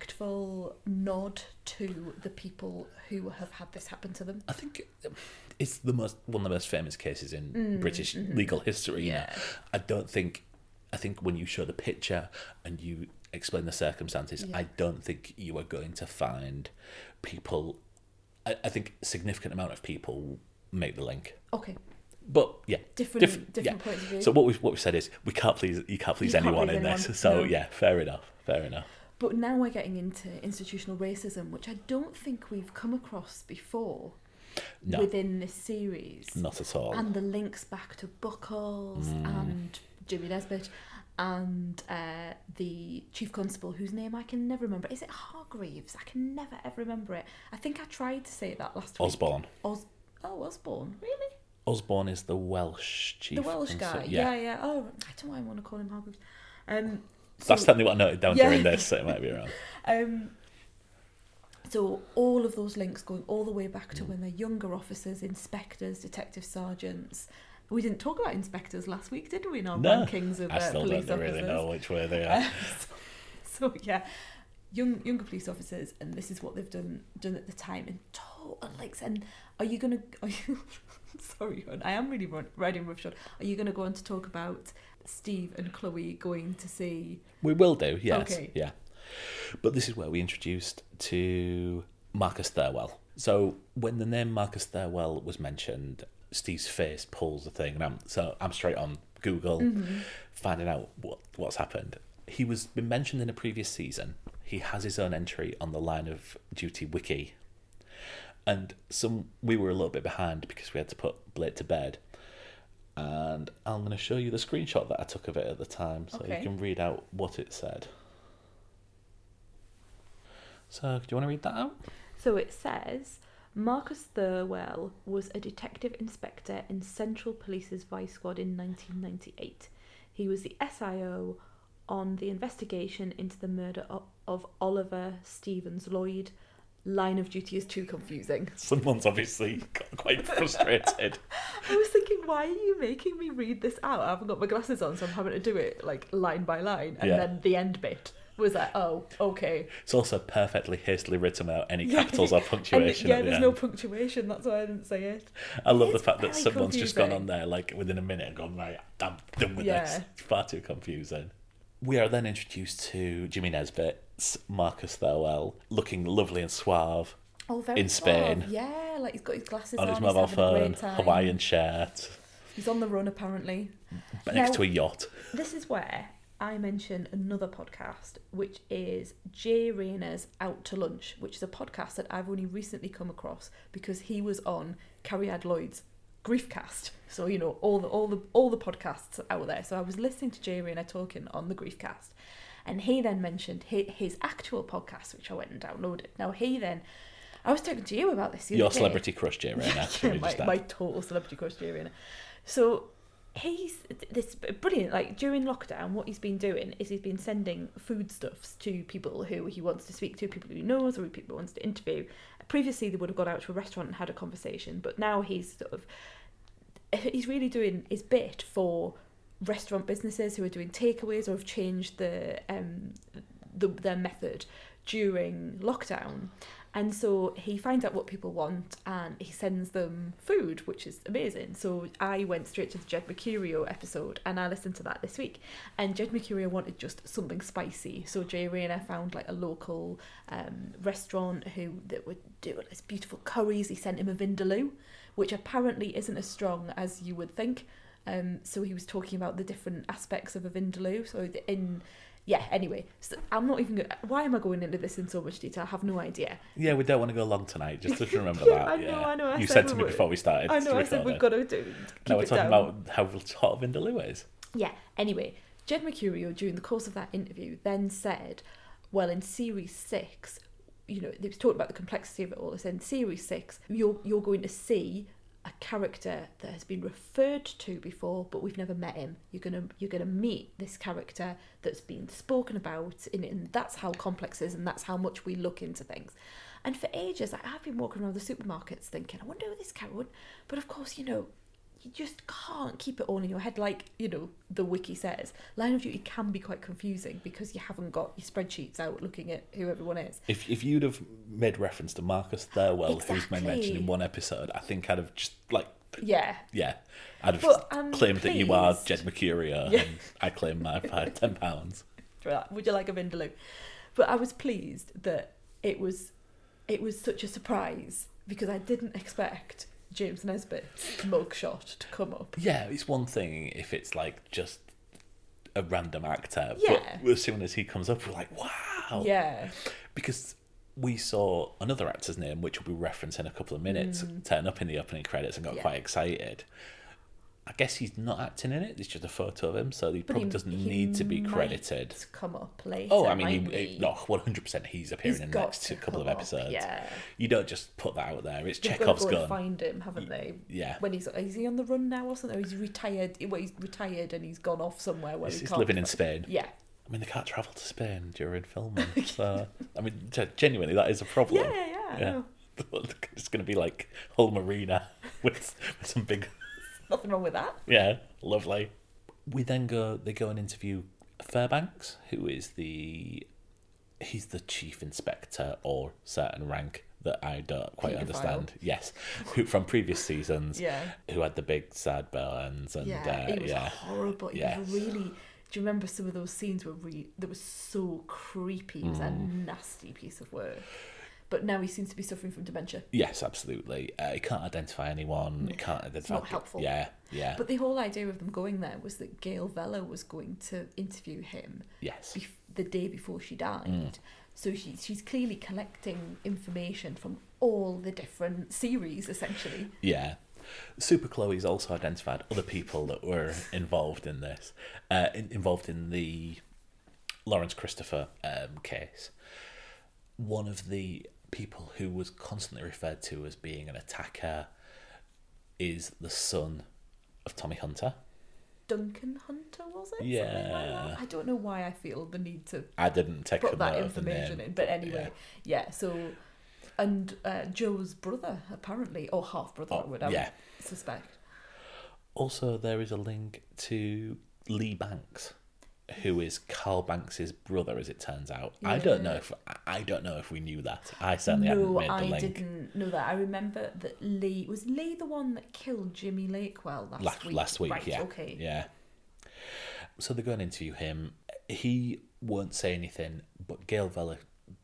Speaker 1: respectful nod to the people who have had this happen to them.
Speaker 2: I think it's the most one of the most famous cases in British legal history. you know.
Speaker 1: Mm, mm-hmm. Yeah.
Speaker 2: I don't think. I think when you show the picture and you explain the circumstances, I don't think you are going to find people. I, I think significant amount of people make the link,
Speaker 1: Okay.
Speaker 2: but yeah,
Speaker 1: Different- different points of view.
Speaker 2: So what we've what we've said is we can't please you can't please
Speaker 1: can't
Speaker 2: anyone
Speaker 1: please
Speaker 2: in
Speaker 1: anyone,
Speaker 2: this. So
Speaker 1: no.
Speaker 2: yeah, fair enough, fair enough.
Speaker 1: But now we're getting into institutional racism, which I don't think we've come across before
Speaker 2: No,
Speaker 1: within this series.
Speaker 2: not at all.
Speaker 1: And the links back to Buckles
Speaker 2: Mm.
Speaker 1: and Jimmy Nesbitt and uh, the chief constable, whose name I can never remember. Is it Hargreaves? I can never ever remember it. I think I tried to say that last week.
Speaker 2: Osborne.
Speaker 1: Os- oh, Osborne. Really?
Speaker 2: Osborne is the Welsh chief.
Speaker 1: The Welsh
Speaker 2: and so-
Speaker 1: guy. yeah. yeah, Oh, I don't know why I want to call him Hargreaves. Um,
Speaker 2: That's
Speaker 1: so-
Speaker 2: certainly what I noted down
Speaker 1: Yeah.
Speaker 2: during this, so it might be wrong.
Speaker 1: Um, so all of those links going all the way back to
Speaker 2: Mm.
Speaker 1: when they're younger officers, inspectors, detective sergeants. We didn't talk about inspectors last week, did we? In our
Speaker 2: No,
Speaker 1: rankings of
Speaker 2: I
Speaker 1: uh,
Speaker 2: still
Speaker 1: police
Speaker 2: don't
Speaker 1: officers.
Speaker 2: really know which way they
Speaker 1: *laughs*
Speaker 2: are.
Speaker 1: So yeah, young younger police officers, and this is what they've done done at the time. And total links. And are you gonna? *laughs* Are you? sorry, hon, I am really run, riding roughshod. Are you gonna go on to talk about Steve and Chloe going to see?
Speaker 2: We will do, yes.
Speaker 1: Okay.
Speaker 2: Yeah. But this is where we introduced to Marcus Thirlwell. So when the name Marcus Thirlwell was mentioned, Steve's face pulls the thing, and I'm so I'm straight on Google
Speaker 1: Mm-hmm.
Speaker 2: finding out what what's happened. He was been mentioned in a previous season. He has his own entry on the line of duty wiki, and some we were a little bit behind because we had to put Blake to bed. And I'm going to show you the screenshot that I took of it at the time, so
Speaker 1: Okay.
Speaker 2: you can read out what it said. So, do you want to read that out?
Speaker 1: So it says Marcus Thirlwell was a detective inspector in Central Police's Vice Squad in 1998. He was the SIO on the investigation into the murder of, of Oliver Stevens Lloyd. Line of duty is too confusing.
Speaker 2: Someone's obviously got quite frustrated.
Speaker 1: *laughs* I was thinking, why are you making me read this out? I haven't got my glasses on, so I'm having to do it like line by line, and
Speaker 2: Yeah.
Speaker 1: then the end bit. was like, oh, okay.
Speaker 2: It's also perfectly hastily written without any
Speaker 1: Yeah.
Speaker 2: capitals or
Speaker 1: *laughs* And,
Speaker 2: punctuation.
Speaker 1: yeah,
Speaker 2: at the
Speaker 1: there's
Speaker 2: end.
Speaker 1: no punctuation. That's why I didn't say it.
Speaker 2: I love the
Speaker 1: It's
Speaker 2: fact that
Speaker 1: very
Speaker 2: someone's just gone
Speaker 1: confusing.
Speaker 2: on there like within a minute and gone right, I'm done with
Speaker 1: Yeah.
Speaker 2: this. It's far too confusing. We are then introduced to Jimmy Nesbitt's Marcus Thirlwell, looking lovely and suave
Speaker 1: Oh, very
Speaker 2: In
Speaker 1: suave.
Speaker 2: Spain.
Speaker 1: Yeah, like he's got his glasses
Speaker 2: on
Speaker 1: on,
Speaker 2: his mobile
Speaker 1: he's having a
Speaker 2: phone,
Speaker 1: great time.
Speaker 2: Hawaiian shirt,
Speaker 1: He's on the run apparently.
Speaker 2: next
Speaker 1: Now-
Speaker 2: to a yacht.
Speaker 1: This is where I mention another podcast, which is Jay Rayner's Out to Lunch, which is a podcast that I've only recently come across because he was on Carrie Ad Lloyd's Griefcast. So you know all the all the all the podcasts out there. So I was listening to Jay Rayner talking on the Griefcast, and he then mentioned his, his actual podcast, which I went and downloaded. Now he then, I was talking to you about this. the other
Speaker 2: Your
Speaker 1: day.
Speaker 2: celebrity
Speaker 1: *laughs*
Speaker 2: crush, Jay Rayner.
Speaker 1: Yeah,
Speaker 2: should we just
Speaker 1: my,
Speaker 2: add?
Speaker 1: my total celebrity crush, Jay Rayner. So he's this brilliant. Like during lockdown, what he's been doing is he's been sending foodstuffs to people who he wants to speak to, people who he knows, or who people wants to interview. Previously, they would have gone out to a restaurant and had a conversation, but now he's sort of he's really doing his bit for restaurant businesses who are doing takeaways or have changed the um the, their method during lockdown. And so he finds out what people want and he sends them food, which is amazing. So I went straight to the Jed Mercurio episode and I listened to that this week. And Jed Mercurio wanted just something spicy. So Jay Rayner found like a local um, restaurant who that would do this beautiful curries. He sent him a vindaloo, which apparently isn't as strong as you would think. Um, so he was talking about the different aspects of a vindaloo. So the, in yeah. Anyway, so I'm not even. Go- Why am I going into this in so much detail? I have no idea.
Speaker 2: Yeah, we don't want to go long tonight. Just to remember
Speaker 1: *laughs* Yeah,
Speaker 2: that.
Speaker 1: I know,
Speaker 2: yeah.
Speaker 1: I know, I
Speaker 2: you
Speaker 1: said
Speaker 2: said to
Speaker 1: we
Speaker 2: me
Speaker 1: would.
Speaker 2: before we started.
Speaker 1: I know. I said
Speaker 2: recording.
Speaker 1: we've got to do. Keep
Speaker 2: Now we're
Speaker 1: it
Speaker 2: talking
Speaker 1: down.
Speaker 2: about how hot Vindaloo is.
Speaker 1: Yeah. Anyway, Jed Mercurio, during the course of that interview, then said, "Well, in series six, you know, they was talking about the complexity of it all. They said in series six, you're you're going to see a character that has been referred to before, but we've never met him. You're gonna you're gonna meet this character that's been spoken about, and, and that's how complex it is, and that's how much we look into things. And for ages, like, I've been walking around the supermarkets thinking, I wonder who this character. would-" But of course, you know, you just can't keep it all in your head like you know the wiki says line of duty can be quite confusing because you haven't got your spreadsheets out looking at who everyone is
Speaker 2: If if you'd have made reference to Marcus Thirlwell, who's
Speaker 1: Exactly.
Speaker 2: been mentioned in one episode, I think I'd have just like
Speaker 1: yeah
Speaker 2: yeah, I'd have
Speaker 1: But I'm
Speaker 2: claimed that you are
Speaker 1: pleased.
Speaker 2: Jed Mercurio,
Speaker 1: um, *laughs* Yeah.
Speaker 2: and I claim my five ten pounds.
Speaker 1: for that. Would you like a vindaloo? But I was pleased that it was it was such a surprise because I didn't expect James Nesbitt's mugshot to come up.
Speaker 2: Yeah, it's one thing if it's like just a random actor,
Speaker 1: Yeah.
Speaker 2: but as soon as he comes up, we're like, wow,
Speaker 1: Yeah.
Speaker 2: because we saw another actor's name, which we'll be referenced in a couple of minutes, turn up in the opening credits and got
Speaker 1: Mm. Yeah.
Speaker 2: quite excited. I guess he's not acting in it; it's just a photo of him, so he probably
Speaker 1: he-
Speaker 2: doesn't
Speaker 1: he
Speaker 2: need to be
Speaker 1: might
Speaker 2: credited.
Speaker 1: It's come up later.
Speaker 2: Oh, I mean,
Speaker 1: mightn't
Speaker 2: he,
Speaker 1: he?
Speaker 2: no, one hundred percent. He's appearing
Speaker 1: He's
Speaker 2: in the
Speaker 1: got
Speaker 2: next
Speaker 1: to
Speaker 2: two, couple of
Speaker 1: come up,
Speaker 2: episodes.
Speaker 1: yeah.
Speaker 2: you don't just put that out there. It's
Speaker 1: They've got
Speaker 2: Chekhov's
Speaker 1: to go and
Speaker 2: gun.
Speaker 1: find him, haven't they?
Speaker 2: yeah.
Speaker 1: When he's is he on the run now or something? Or he's retired. Well, he's retired and he's gone off somewhere where
Speaker 2: He's,
Speaker 1: he
Speaker 2: he's
Speaker 1: can't.
Speaker 2: living in Spain.
Speaker 1: Yeah.
Speaker 2: I mean, they can't travel to Spain
Speaker 1: *laughs*
Speaker 2: during filming. so, I mean, ge- genuinely, that is a problem.
Speaker 1: Yeah, yeah, I know.
Speaker 2: *laughs* It's going to be like whole marina *laughs* with, with some big
Speaker 1: Nothing wrong with that.
Speaker 2: Yeah, lovely. We then go. They go and interview Fairbanks, who is the he's the chief inspector or certain rank that I don't quite
Speaker 1: Pedophile.
Speaker 2: understand. Yes, who from previous seasons.
Speaker 1: Yeah.
Speaker 2: Who had the big sad burns and
Speaker 1: Yeah,
Speaker 2: uh,
Speaker 1: it was
Speaker 2: yeah.
Speaker 1: horrible. It
Speaker 2: Yes.
Speaker 1: was really. Do you remember some of those scenes where we that was so creepy? It was a
Speaker 2: Mm.
Speaker 1: nasty piece of work. But now he seems to be suffering from dementia.
Speaker 2: Yes, absolutely. Uh, it can't identify anyone. It can't identify.
Speaker 1: not helpful.
Speaker 2: Yeah, yeah.
Speaker 1: But the whole idea of them going there was that Gail Vella was going to interview him
Speaker 2: yes.
Speaker 1: bef- the day before she died.
Speaker 2: Mm.
Speaker 1: So she, she's clearly collecting information from all the different series, essentially.
Speaker 2: Yeah. Super Chloe's also identified other people that were involved in this, uh, in, involved in the Lawrence Christopher um, case. One of the people who was constantly referred to as being an attacker is the son of Tommy Hunter.
Speaker 1: Duncan Hunter, was it? Something like
Speaker 2: Yeah.
Speaker 1: that. I don't know why I feel the need to
Speaker 2: I didn't take a
Speaker 1: put that
Speaker 2: note of the
Speaker 1: information
Speaker 2: name.
Speaker 1: in. But anyway, yeah. so, and uh, Joe's brother apparently, or half brother,
Speaker 2: Oh,
Speaker 1: I would I would
Speaker 2: yeah.
Speaker 1: suspect.
Speaker 2: Also, there is a link to Lee Banks. who is Carl Banks's brother, as it turns out. I don't know if I don't know if we knew that. I certainly hadn't
Speaker 1: no,
Speaker 2: made the
Speaker 1: I
Speaker 2: link.
Speaker 1: didn't know that. I remember that Lee was Lee the one that killed Jimmy Lakewell last
Speaker 2: last
Speaker 1: week.
Speaker 2: last week.
Speaker 1: right,
Speaker 2: yeah.
Speaker 1: Okay.
Speaker 2: Yeah. So they go and interview him. He won't say anything, but Gail Vella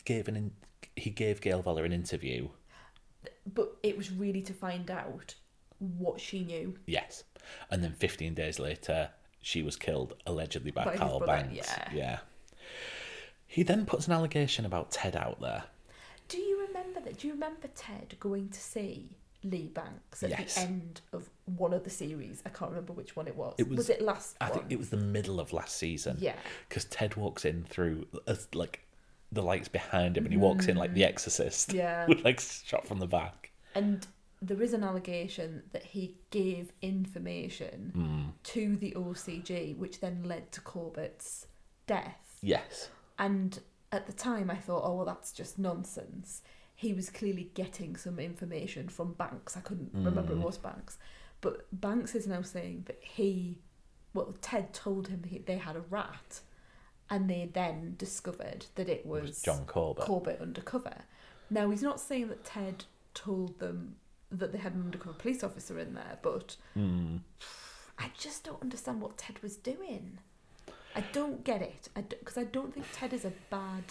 Speaker 2: gave an in, he gave Gail Vella an interview.
Speaker 1: But it was really to find out what she knew.
Speaker 2: Yes, and then fifteen days later, she was killed allegedly by,
Speaker 1: By his
Speaker 2: Carl
Speaker 1: brother,
Speaker 2: Banks.
Speaker 1: yeah.
Speaker 2: He then puts an allegation about Ted out there.
Speaker 1: Do you remember that? Do you remember Ted going to see Lee Banks at
Speaker 2: Yes.
Speaker 1: the end of one of the series? I can't remember which one it was.
Speaker 2: It was-
Speaker 1: it last
Speaker 2: I
Speaker 1: one?
Speaker 2: think it was the middle of last season.
Speaker 1: Yeah.
Speaker 2: Because Ted walks in through uh, like the lights behind him, and he walks in like The Exorcist.
Speaker 1: Mm.
Speaker 2: *laughs*
Speaker 1: Yeah.
Speaker 2: with like shot from the back.
Speaker 1: And there is an allegation that he gave
Speaker 2: Hmm.
Speaker 1: information to the OCG, which then led to Corbett's death.
Speaker 2: Yes.
Speaker 1: And at the time, I thought, oh, well, that's just nonsense. He was clearly getting some information from Banks. I couldn't remember it was Banks. But Banks is now saying that he, well, Ted told him he, they had a rat, and they then discovered that it was,
Speaker 2: John Corbett.
Speaker 1: Corbett undercover. Now, he's not saying that Ted told them that they had an undercover police officer in there, but
Speaker 2: Hmm.
Speaker 1: I just don't understand what Ted was doing. I don't get it. Because I, don't think Ted is a bad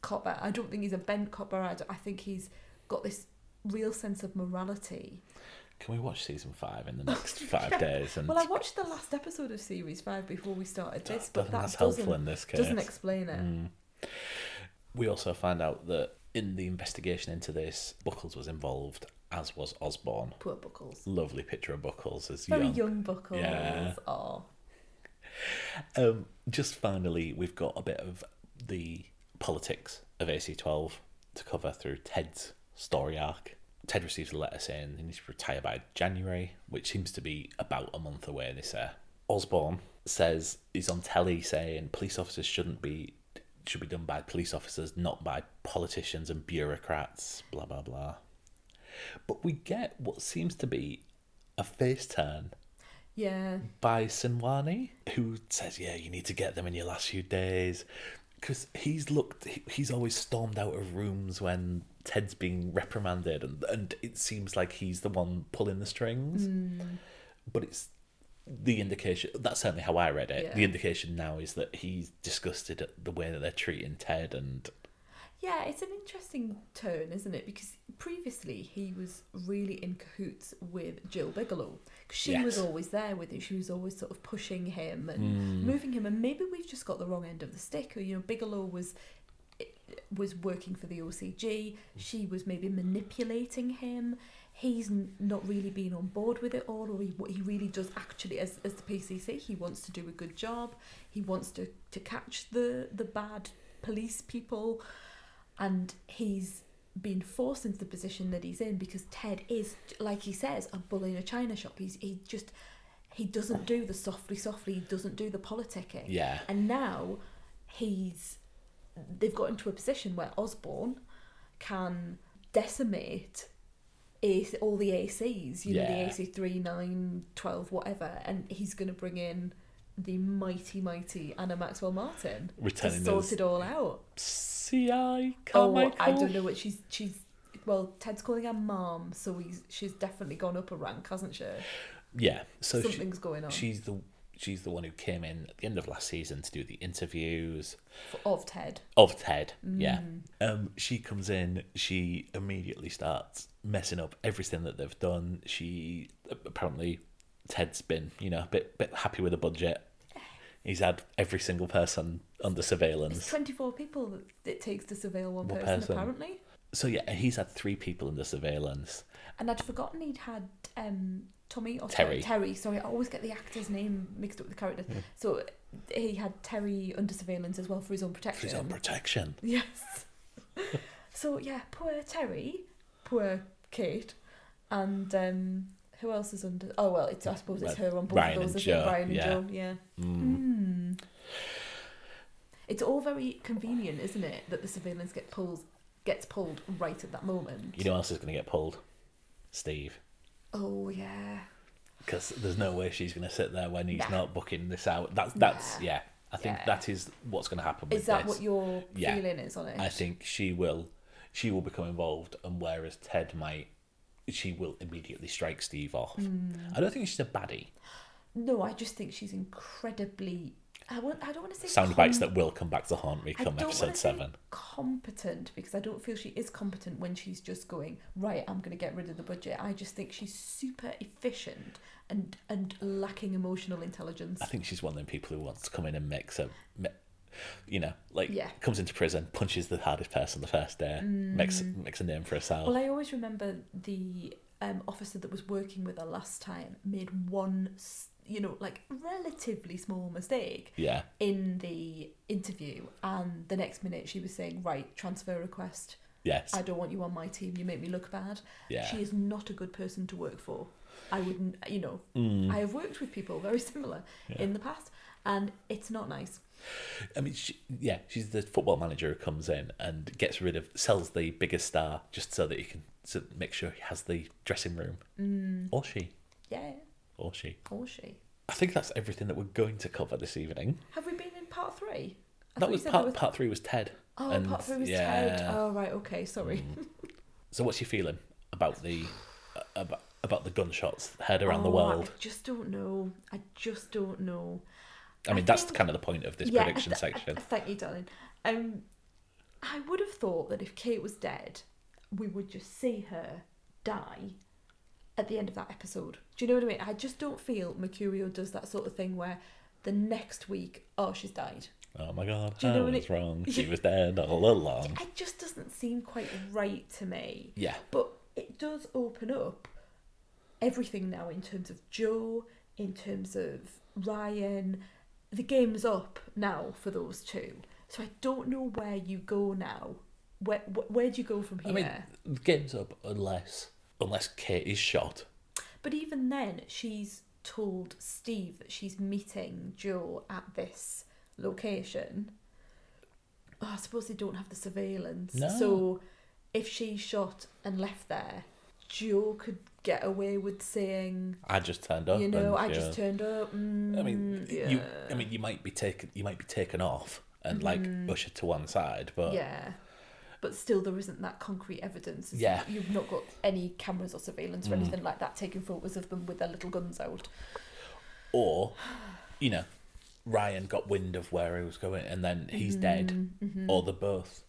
Speaker 1: copper. I don't think he's a bent copper. I, don't- I think he's got this real sense of morality.
Speaker 2: Can we watch season
Speaker 1: *laughs*
Speaker 2: five in the next five days? And
Speaker 1: Well, I watched the last episode of series five before we started this, but
Speaker 2: Doesn't-
Speaker 1: that
Speaker 2: that's
Speaker 1: doesn't,
Speaker 2: helpful in this case. Hmm.
Speaker 1: doesn't explain it.
Speaker 2: we also find out that in the investigation into this, Buckles was involved, as was Osborne.
Speaker 1: Poor Buckles.
Speaker 2: Lovely picture of Buckles as
Speaker 1: Very
Speaker 2: young.
Speaker 1: young Buckles.
Speaker 2: Yeah.
Speaker 1: Oh.
Speaker 2: Um, just finally, we've got a bit of the politics of AC12 to cover through Ted's story arc. Ted receives a letter saying he needs to retire by January, which seems to be about a month away, they say. Osborne says he's on telly saying police officers shouldn't be should be done by police officers, not by politicians and bureaucrats, blah blah blah. But we get what seems to be a face turn
Speaker 1: Yeah.
Speaker 2: by Sinwani, who says, "Yeah, you need to get them in your last few days," because he's looked, he- he's always stormed out of rooms when Ted's being reprimanded, and and it seems like he's the one pulling the strings.
Speaker 1: Hmm.
Speaker 2: But it's the indication that's certainly how I read it. The
Speaker 1: Yeah.
Speaker 2: indication now is that he's disgusted at the way that they're treating Ted, and
Speaker 1: Yeah, it's an interesting turn, isn't it? Because previously he was really in cahoots with Jill Bigelow. 'Cause she was
Speaker 2: Yes.
Speaker 1: always there with him. She was always sort of pushing him and moving him. And maybe we've just got the wrong end of the stick. Or, you know, Bigelow was was working for the OCG. She was maybe manipulating him. He's n- not really been on board with it all, or he, what he really does actually, as, as the PCC, he wants to do a good job. He wants to, to catch the, the bad police people. And he's been forced into the position that he's in because Ted is, like he says, a bull in a china shop. He's, he just, he doesn't do the softly, softly, he doesn't do the politicking.
Speaker 2: yeah,
Speaker 1: And now he's they've got into a position where Osborne can decimate AC, all the ACs, you know, the
Speaker 2: Yeah.
Speaker 1: AC 3, 9, 12, whatever, and he's going to bring in the mighty, mighty Anna Maxwell Martin
Speaker 2: Returning
Speaker 1: to
Speaker 2: those-
Speaker 1: sort it all out.
Speaker 2: CI
Speaker 1: Oh,
Speaker 2: Carmichael.
Speaker 1: I don't know what she's she's. Well, Ted's calling her mom, so he's she's definitely gone up a rank, hasn't she?
Speaker 2: Yeah, so she-
Speaker 1: Something's going on
Speaker 2: she's the she's the one who came in at the end of last season to do the interviews.
Speaker 1: for, of Ted.
Speaker 2: of Ted. Yeah.
Speaker 1: Mm.
Speaker 2: Um, she comes in. She immediately starts messing up everything that they've done. She apparently Ted's been you know a bit bit happy with the budget. He's had every single person under surveillance.
Speaker 1: Twenty four people that it takes to surveil one
Speaker 2: One
Speaker 1: person,
Speaker 2: person.
Speaker 1: apparently.
Speaker 2: So yeah, he's had three people under surveillance.
Speaker 1: And I'd forgotten he'd had um, Tommy or
Speaker 2: Terry. Hmm.
Speaker 1: Terry. Terry. Sorry, I always get the actor's name mixed up with the character. So he had Terry under surveillance as well for his own protection.
Speaker 2: For his own protection.
Speaker 1: *laughs* yes. so yeah, poor Terry, poor Kate, and um, who else is under? Oh well, it's I suppose it's
Speaker 2: Well,
Speaker 1: her on both
Speaker 2: Brian
Speaker 1: of
Speaker 2: and
Speaker 1: those. isn't
Speaker 2: Joe,
Speaker 1: it? Brian and
Speaker 2: yeah.
Speaker 1: Joe. Yeah. Hmm. It's all very convenient, isn't it, that the surveillance get pulls gets pulled right at that moment.
Speaker 2: You know who else is going to get pulled? Steve.
Speaker 1: Oh yeah.
Speaker 2: Because there's no way she's going to sit there when he's
Speaker 1: Nah.
Speaker 2: not booking this out. That's that's
Speaker 1: Nah.
Speaker 2: yeah. I think
Speaker 1: Yeah.
Speaker 2: that is what's going to happen. With
Speaker 1: Is that
Speaker 2: this.
Speaker 1: what your
Speaker 2: Yeah.
Speaker 1: feeling is on it?
Speaker 2: I think she will she will become involved and whereas Ted might she will immediately strike Steve off.
Speaker 1: Hmm.
Speaker 2: I don't think she's a baddie.
Speaker 1: no, I just think she's incredibly. I want. I don't want to say
Speaker 2: Sound
Speaker 1: com-
Speaker 2: bites that will come back to haunt me
Speaker 1: I
Speaker 2: come
Speaker 1: don't wanna
Speaker 2: episode
Speaker 1: say
Speaker 2: seven.
Speaker 1: competent because I don't feel she is competent when she's just going right. I'm going to get rid of the budget. I just think she's super efficient and and lacking emotional intelligence.
Speaker 2: I think she's one of them people who wants to come in and mix a mi- you know, like
Speaker 1: Yeah.
Speaker 2: comes into prison, punches the hardest person the first day, makes makes a name for herself.
Speaker 1: Hmm. Well, I always remember the um, officer that was working with her last time made one, s- you know, like relatively small mistake
Speaker 2: yeah.
Speaker 1: in the interview, and the next minute she was saying, "Right, transfer request.
Speaker 2: Yes.
Speaker 1: I don't want you on my team. You make me look bad."
Speaker 2: yeah.
Speaker 1: She is not a good person to work for. I wouldn't, you know,
Speaker 2: Mm.
Speaker 1: I have worked with people *laughs* very similar in the past, and it's not nice.
Speaker 2: I mean, she, yeah, she's the football manager who comes in and gets rid of, sells the biggest star just so that he can so make sure he has the dressing room.
Speaker 1: Hmm.
Speaker 2: Mm. Or she.
Speaker 1: Yeah,
Speaker 2: Or she.
Speaker 1: or she.
Speaker 2: I think that's everything that we're going to cover this evening.
Speaker 1: Have we been in part three? I thought
Speaker 2: that
Speaker 1: you
Speaker 2: was
Speaker 1: said there
Speaker 2: part, part three was Ted.
Speaker 1: Oh,
Speaker 2: And, Mm,
Speaker 1: part three was Ted. Oh, right. Okay. Sorry.
Speaker 2: So what's your feeling about the, about, about the gunshots heard around the
Speaker 1: Oh,
Speaker 2: world?
Speaker 1: I just don't know. I just don't know.
Speaker 2: I
Speaker 1: I
Speaker 2: mean, that's
Speaker 1: think-
Speaker 2: kind of the point of this
Speaker 1: Yeah, *laughs*
Speaker 2: prediction
Speaker 1: th-
Speaker 2: section.
Speaker 1: thank you, darling. Um, I would have thought that if Kate was dead, we would just see her die at the end of that episode. Do you know what I mean? I just don't feel Mercurio does that sort of thing where the next week, oh, she's died.
Speaker 2: oh my God,
Speaker 1: Do you know
Speaker 2: I
Speaker 1: what
Speaker 2: was
Speaker 1: it- *laughs*
Speaker 2: wrong. She was dead all along.
Speaker 1: It just doesn't seem quite right to me.
Speaker 2: Yeah.
Speaker 1: But it does open up everything now in terms of Joe, in terms of Ryan. The game's up now for those two. So I don't know where you go now. Where wh- where do you go from
Speaker 2: I
Speaker 1: here?
Speaker 2: mean, the game's up unless unless Kate is shot.
Speaker 1: but even then, she's told Steve that she's meeting Joe at this location. Oh, I suppose they don't have the surveillance.
Speaker 2: No.
Speaker 1: So if she's shot and left there, Joe could get away with saying
Speaker 2: I just turned up.
Speaker 1: you know,
Speaker 2: and
Speaker 1: I
Speaker 2: she
Speaker 1: just
Speaker 2: was-
Speaker 1: turned up. Mm,
Speaker 2: I mean,
Speaker 1: yeah. Mm.
Speaker 2: you. I mean, you might be taken. You might be taken off and like ushered to one side, but
Speaker 1: yeah, but still, there isn't that concrete evidence. is
Speaker 2: Yeah. Mm.
Speaker 1: that you've not got any cameras or surveillance or anything like that taking photos of them with their little guns out.
Speaker 2: or you know, Ryan got wind of where he was going, and then he's
Speaker 1: Mm-hmm,
Speaker 2: dead, or they're both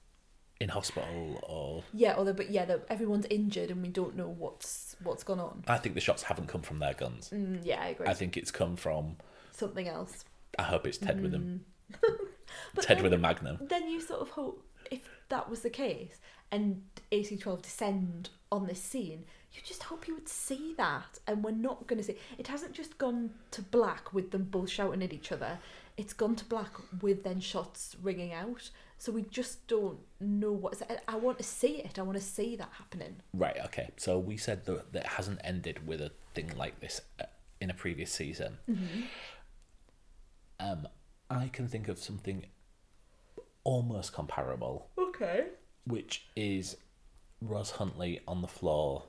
Speaker 2: in hospital, or
Speaker 1: Yeah, although, but yeah, that everyone's injured and we don't know what's what's gone on.
Speaker 2: I think the shots haven't come from their guns.
Speaker 1: Mm, yeah, I agree.
Speaker 2: I think it's come from.
Speaker 1: Something else.
Speaker 2: I hope it's Ted with him.
Speaker 1: Mm. But
Speaker 2: Ted
Speaker 1: then-
Speaker 2: with a magnum.
Speaker 1: Then you sort of hope if that was the case and 1812 descend on this scene, you just hope you would see that. And we're not going to see it. Hasn't just gone to black with them both shouting at each other, it's gone to black with then shots ringing out. So we just don't know what's. I- I want to see it. I want to see that happening.
Speaker 2: Right. Okay. So we said that, that it hasn't ended with a thing like this uh, in a previous season.
Speaker 1: Mm-hmm.
Speaker 2: Um, I can think of something almost comparable,
Speaker 1: Okay.
Speaker 2: which is Ros Huntley on the floor.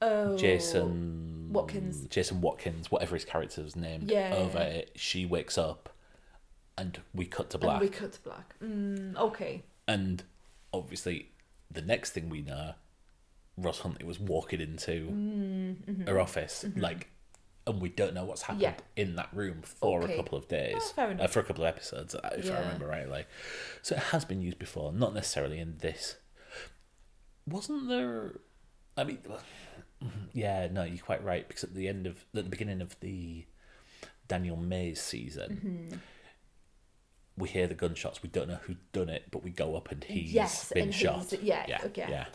Speaker 1: Oh.
Speaker 2: Jason
Speaker 1: Watkins.
Speaker 2: Jason Watkins, whatever his character's named,
Speaker 1: Yeah.
Speaker 2: over it. She wakes up, and we cut to black.
Speaker 1: And we cut to black. Mm, okay.
Speaker 2: And obviously, the next thing we know, Ross Huntley was walking into her office, like, and we don't know what's happened
Speaker 1: Mm, mm-hmm. Yeah.
Speaker 2: in that room for
Speaker 1: Okay.
Speaker 2: a couple of days,
Speaker 1: Oh, fair
Speaker 2: uh,
Speaker 1: enough.
Speaker 2: for a couple of episodes, uh, if I
Speaker 1: Yeah.
Speaker 2: remember rightly. So it has been used before, not necessarily in this. Wasn't there? I mean, yeah, no, you're quite right. Because at the end of at the beginning of the Daniel Mays season, we hear the gunshots. We don't know who done it, but we go up and he's
Speaker 1: Yes,
Speaker 2: been
Speaker 1: and he's-
Speaker 2: shot.
Speaker 1: yeah,
Speaker 2: yeah,
Speaker 1: okay.
Speaker 2: yeah.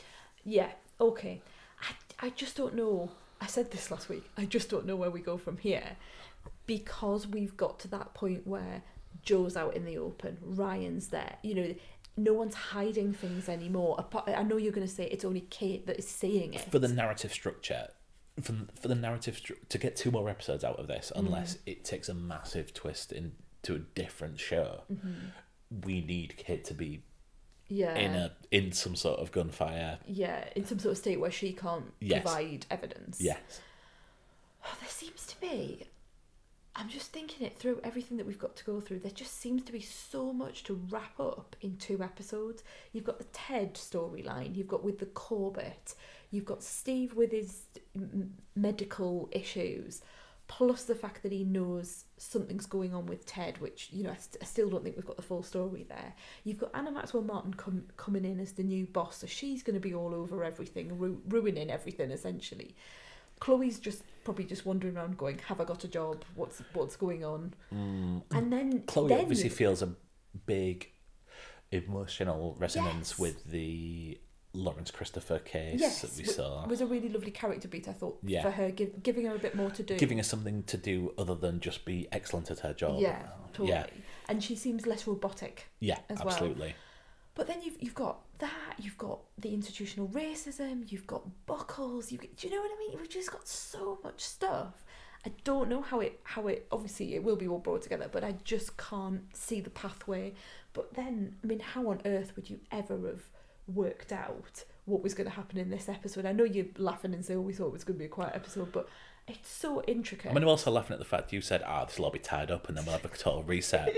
Speaker 1: Yeah, okay. I, I just don't know. I said this last week. I just don't know where we go from here because we've got to that point where Joe's out in the open, Ryan's there. You know, no one's hiding things anymore. Apart, I know you're going to say it's only Kate that is saying it.
Speaker 2: For the narrative structure, for, for the narrative stru- to get two more episodes out of
Speaker 1: Mm-hmm.
Speaker 2: this, unless it takes a massive twist into a different show, we need Kit to be
Speaker 1: Mm-hmm. yeah.
Speaker 2: in a in some sort of gunfire.
Speaker 1: yeah, in some sort of state where she can't
Speaker 2: Yes.
Speaker 1: provide evidence.
Speaker 2: Yes.
Speaker 1: Oh, there seems to be I'm just thinking it through everything that we've got to go through. There just seems to be so much to wrap up in two episodes. You've got the Ted storyline, you've got with the Corbett, you've got Steve with his m- medical issues, plus the fact that he knows something's going on with Ted, which, you know, I, st- I still don't think we've got the full story there. You've got Anna Maxwell Martin com- coming in as the new boss, so she's going to be all over everything, ru- ruining everything essentially. Chloe's just probably just wandering around going, "Have I got a job? What's what's going on?" And then
Speaker 2: Mm. Chloe
Speaker 1: then,
Speaker 2: obviously feels a big emotional resonance
Speaker 1: Yes.
Speaker 2: with the Lawrence Christopher case
Speaker 1: yes,
Speaker 2: that we
Speaker 1: w-
Speaker 2: saw,
Speaker 1: was a really lovely character beat. I thought
Speaker 2: Yeah.
Speaker 1: for her, give, giving her a bit more to do.
Speaker 2: giving her something to do other than just be excellent at her job.
Speaker 1: yeah, totally.
Speaker 2: yeah,
Speaker 1: And she seems less robotic.
Speaker 2: yeah,
Speaker 1: As well.
Speaker 2: absolutely.
Speaker 1: But then you've you've got that. You've got the institutional racism. You've got buckles. You do you know what I mean? We've just got so much stuff. I don't know how it how it obviously it will be all brought together, but I just can't see the pathway. But then I mean, how on earth would you ever have worked out what was going to happen in this episode? I know you're laughing and saying, "Oh, we thought it was going to be a quiet episode," but it's so intricate.
Speaker 2: I mean, I'm also laughing at the fact you said, "Ah, this will all be tied up, and then we'll have a total reset."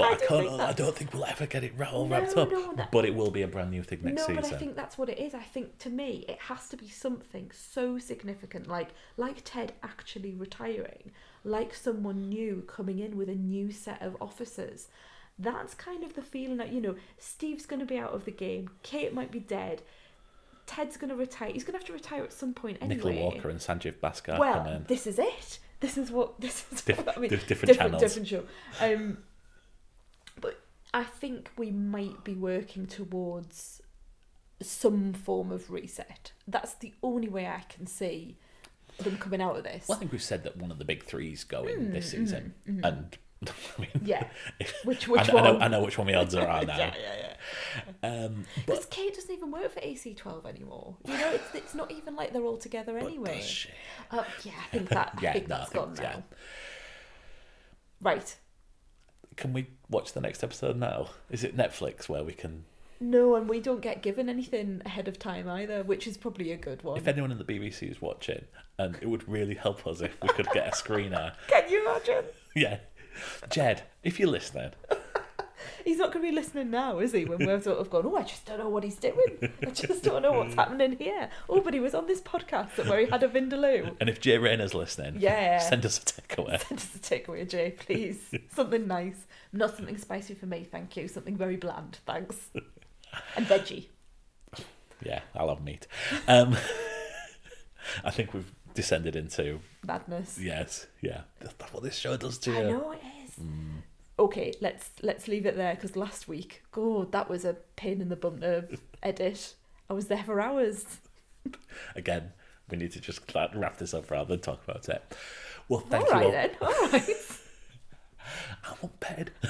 Speaker 1: *laughs* I
Speaker 2: I,
Speaker 1: don't
Speaker 2: can't.
Speaker 1: think
Speaker 2: I
Speaker 1: that's-
Speaker 2: don't think we'll ever get it ra- all
Speaker 1: No,
Speaker 2: wrapped up.
Speaker 1: no, that-
Speaker 2: But it will be a brand new thing next
Speaker 1: no,
Speaker 2: season.
Speaker 1: but I think that's what it is. I think to me, it has to be something so significant, like like Ted actually retiring, like someone new coming in with a new set of officers. That's kind of the feeling that you know Steve's going to be out of the game. Kate might be dead. Ted's going to retire. He's going to have to retire at some point anyway.
Speaker 2: Nicola Walker and Sanjeev Bhaskar
Speaker 1: Well,
Speaker 2: come in.
Speaker 1: this is it. This is what *laughs* this is.
Speaker 2: Diff-
Speaker 1: what, I mean,
Speaker 2: diff- different channels.
Speaker 1: different show. Um, but I think we might be working towards some form of reset. That's the only way I can see them coming out of this. Mm,
Speaker 2: Well, I think we've said that one of the big three's going this
Speaker 1: Hmm,
Speaker 2: season, and *laughs* I mean,
Speaker 1: Yeah.
Speaker 2: *laughs*
Speaker 1: Which
Speaker 2: I,
Speaker 1: which
Speaker 2: know,
Speaker 1: one?
Speaker 2: I know I know which one the odds are on now.
Speaker 1: *laughs* Yeah, yeah, yeah.
Speaker 2: Um,
Speaker 1: Because Kate doesn't even work for AC12 anymore. You know, it's, it's not even like they're all together
Speaker 2: but
Speaker 1: anyway.
Speaker 2: does she?
Speaker 1: Uh, yeah, I think that.
Speaker 2: *laughs* Yeah,
Speaker 1: I think
Speaker 2: no, I
Speaker 1: that's
Speaker 2: think-
Speaker 1: gone now.
Speaker 2: yeah.
Speaker 1: Right.
Speaker 2: Can we watch the next episode now? Is it Netflix where we can?
Speaker 1: No, and we don't get given anything ahead of time either, which is probably a good one.
Speaker 2: If anyone in the BBC is watching, and it would really help us if we could get a screener. *laughs*
Speaker 1: Can you imagine?
Speaker 2: yeah, Jed, if you're listening,
Speaker 1: He's not going to be listening now, is he? When we're sort of gone, oh, I just don't know what he's doing. I just don't know what's happening here. Oh, but he was on this podcast that where he had a Vindaloo. *laughs*
Speaker 2: and if Jay Rayner's listening,
Speaker 1: Yeah.
Speaker 2: send us a takeaway.
Speaker 1: Just a takeaway, Jay, please. Something nice. Not something spicy for me, thank you. Something very bland, thanks. And veggie.
Speaker 2: Yeah, I love meat. Um, *laughs* I think we've descended into
Speaker 1: Madness.
Speaker 2: yes, yeah. That's what this show does to
Speaker 1: I
Speaker 2: you.
Speaker 1: know it is.
Speaker 2: Mm.
Speaker 1: Okay, let's let's leave it there because last week, God, that was a pain in the bum to edit. I was there for hours.
Speaker 2: Again, we need to just cla- wrap this up rather than talk about it. Well, thank
Speaker 1: all right
Speaker 2: you all.
Speaker 1: then. All right.
Speaker 2: I want bed. *laughs*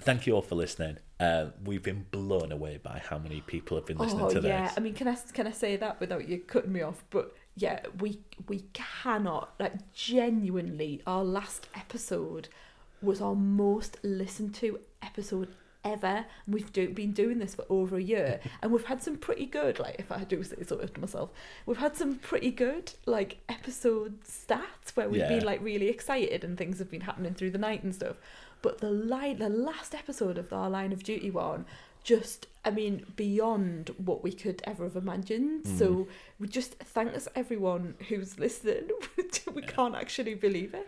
Speaker 2: Thank you all for listening. Uh, we've been blown away by how many people have been listening
Speaker 1: oh
Speaker 2: to
Speaker 1: yeah.
Speaker 2: this.
Speaker 1: I mean, can I can I say that without you cutting me off? But yeah, we we cannot like genuinely. Our last episode was our most listened to episode ever. And we've do, been doing this for over a
Speaker 2: *laughs*
Speaker 1: year, and we've had some pretty good. Like, if I do say so to myself, we've had some pretty good like episode stats where we've been
Speaker 2: Yeah.
Speaker 1: like really excited and things have been happening through the night and stuff. But the line, the last episode of our Line of Duty one, just I mean beyond what we could ever have imagined.
Speaker 2: Mm-hmm.
Speaker 1: So we just thanks everyone who's listening. *laughs* we can't actually believe it.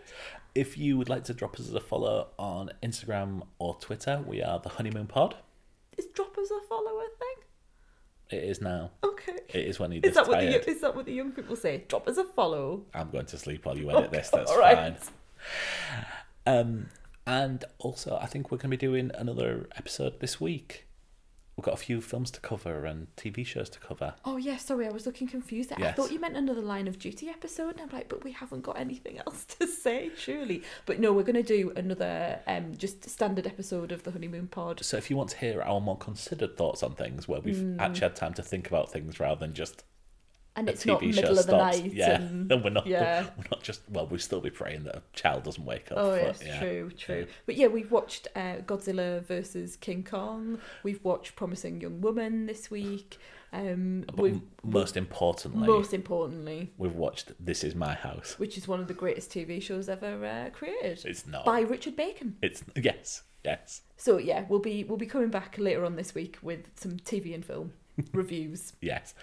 Speaker 2: If you would like to drop us a follow on Instagram or Twitter, we are the Honeymoon Pod.
Speaker 1: Is drop us a follower thing?
Speaker 2: It is now.
Speaker 1: Okay.
Speaker 2: It is when he
Speaker 1: Is
Speaker 2: is
Speaker 1: that what the,
Speaker 2: tired.
Speaker 1: yo- is that what the young people say? Drop us a follow.
Speaker 2: I'm going to sleep while you edit this. That's
Speaker 1: Oh, *laughs* all right.
Speaker 2: fine. Um, and also, I think we're going to be doing another episode this week. We've got a few films to cover and TV shows to cover.
Speaker 1: Oh yeah, sorry, I was looking confused. there. I
Speaker 2: Yes.
Speaker 1: thought you meant another Line of Duty episode, and I'm like, but we haven't got anything *laughs* else to say, surely. But no, we're gonna do another um just standard episode of the honeymoon pod.
Speaker 2: So if you want to
Speaker 1: Hmm.
Speaker 2: hear our more considered thoughts on things, where we've actually had time to think about things rather than just
Speaker 1: and
Speaker 2: a
Speaker 1: it's not
Speaker 2: TV show
Speaker 1: middle of the
Speaker 2: stops.
Speaker 1: night.
Speaker 2: Yeah,
Speaker 1: and-
Speaker 2: *laughs* we're not.
Speaker 1: yeah.
Speaker 2: We're not just. Well, we'll still be praying that a child doesn't wake up.
Speaker 1: Oh
Speaker 2: but
Speaker 1: yes,
Speaker 2: yeah.
Speaker 1: true, true.
Speaker 2: yeah.
Speaker 1: But yeah, we've watched uh, Godzilla versus King Kong. We've watched Promising Young Woman this week. Um,
Speaker 2: But
Speaker 1: we've
Speaker 2: m- most importantly,
Speaker 1: most importantly,
Speaker 2: we've watched This Is My House.
Speaker 1: which is one of the greatest TV shows ever uh, created
Speaker 2: It's not.
Speaker 1: by Richard Bacon.
Speaker 2: It's yes, yes,
Speaker 1: So yeah, we'll be we'll be coming back later on this week with some TV and
Speaker 2: *laughs*
Speaker 1: film reviews.
Speaker 2: yes.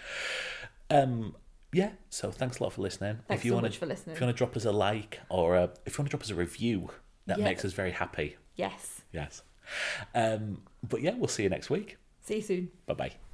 Speaker 2: Um. Yeah. So thanks a lot for listening.
Speaker 1: Thanks
Speaker 2: if you
Speaker 1: so
Speaker 2: want
Speaker 1: much
Speaker 2: to,
Speaker 1: for listening.
Speaker 2: if you want to drop us a like or a, if you want to drop us a review, that
Speaker 1: Yeah.
Speaker 2: makes us very happy.
Speaker 1: Yes.
Speaker 2: Yes. Um. But yeah, we'll see you next week.
Speaker 1: See you soon.
Speaker 2: Bye bye.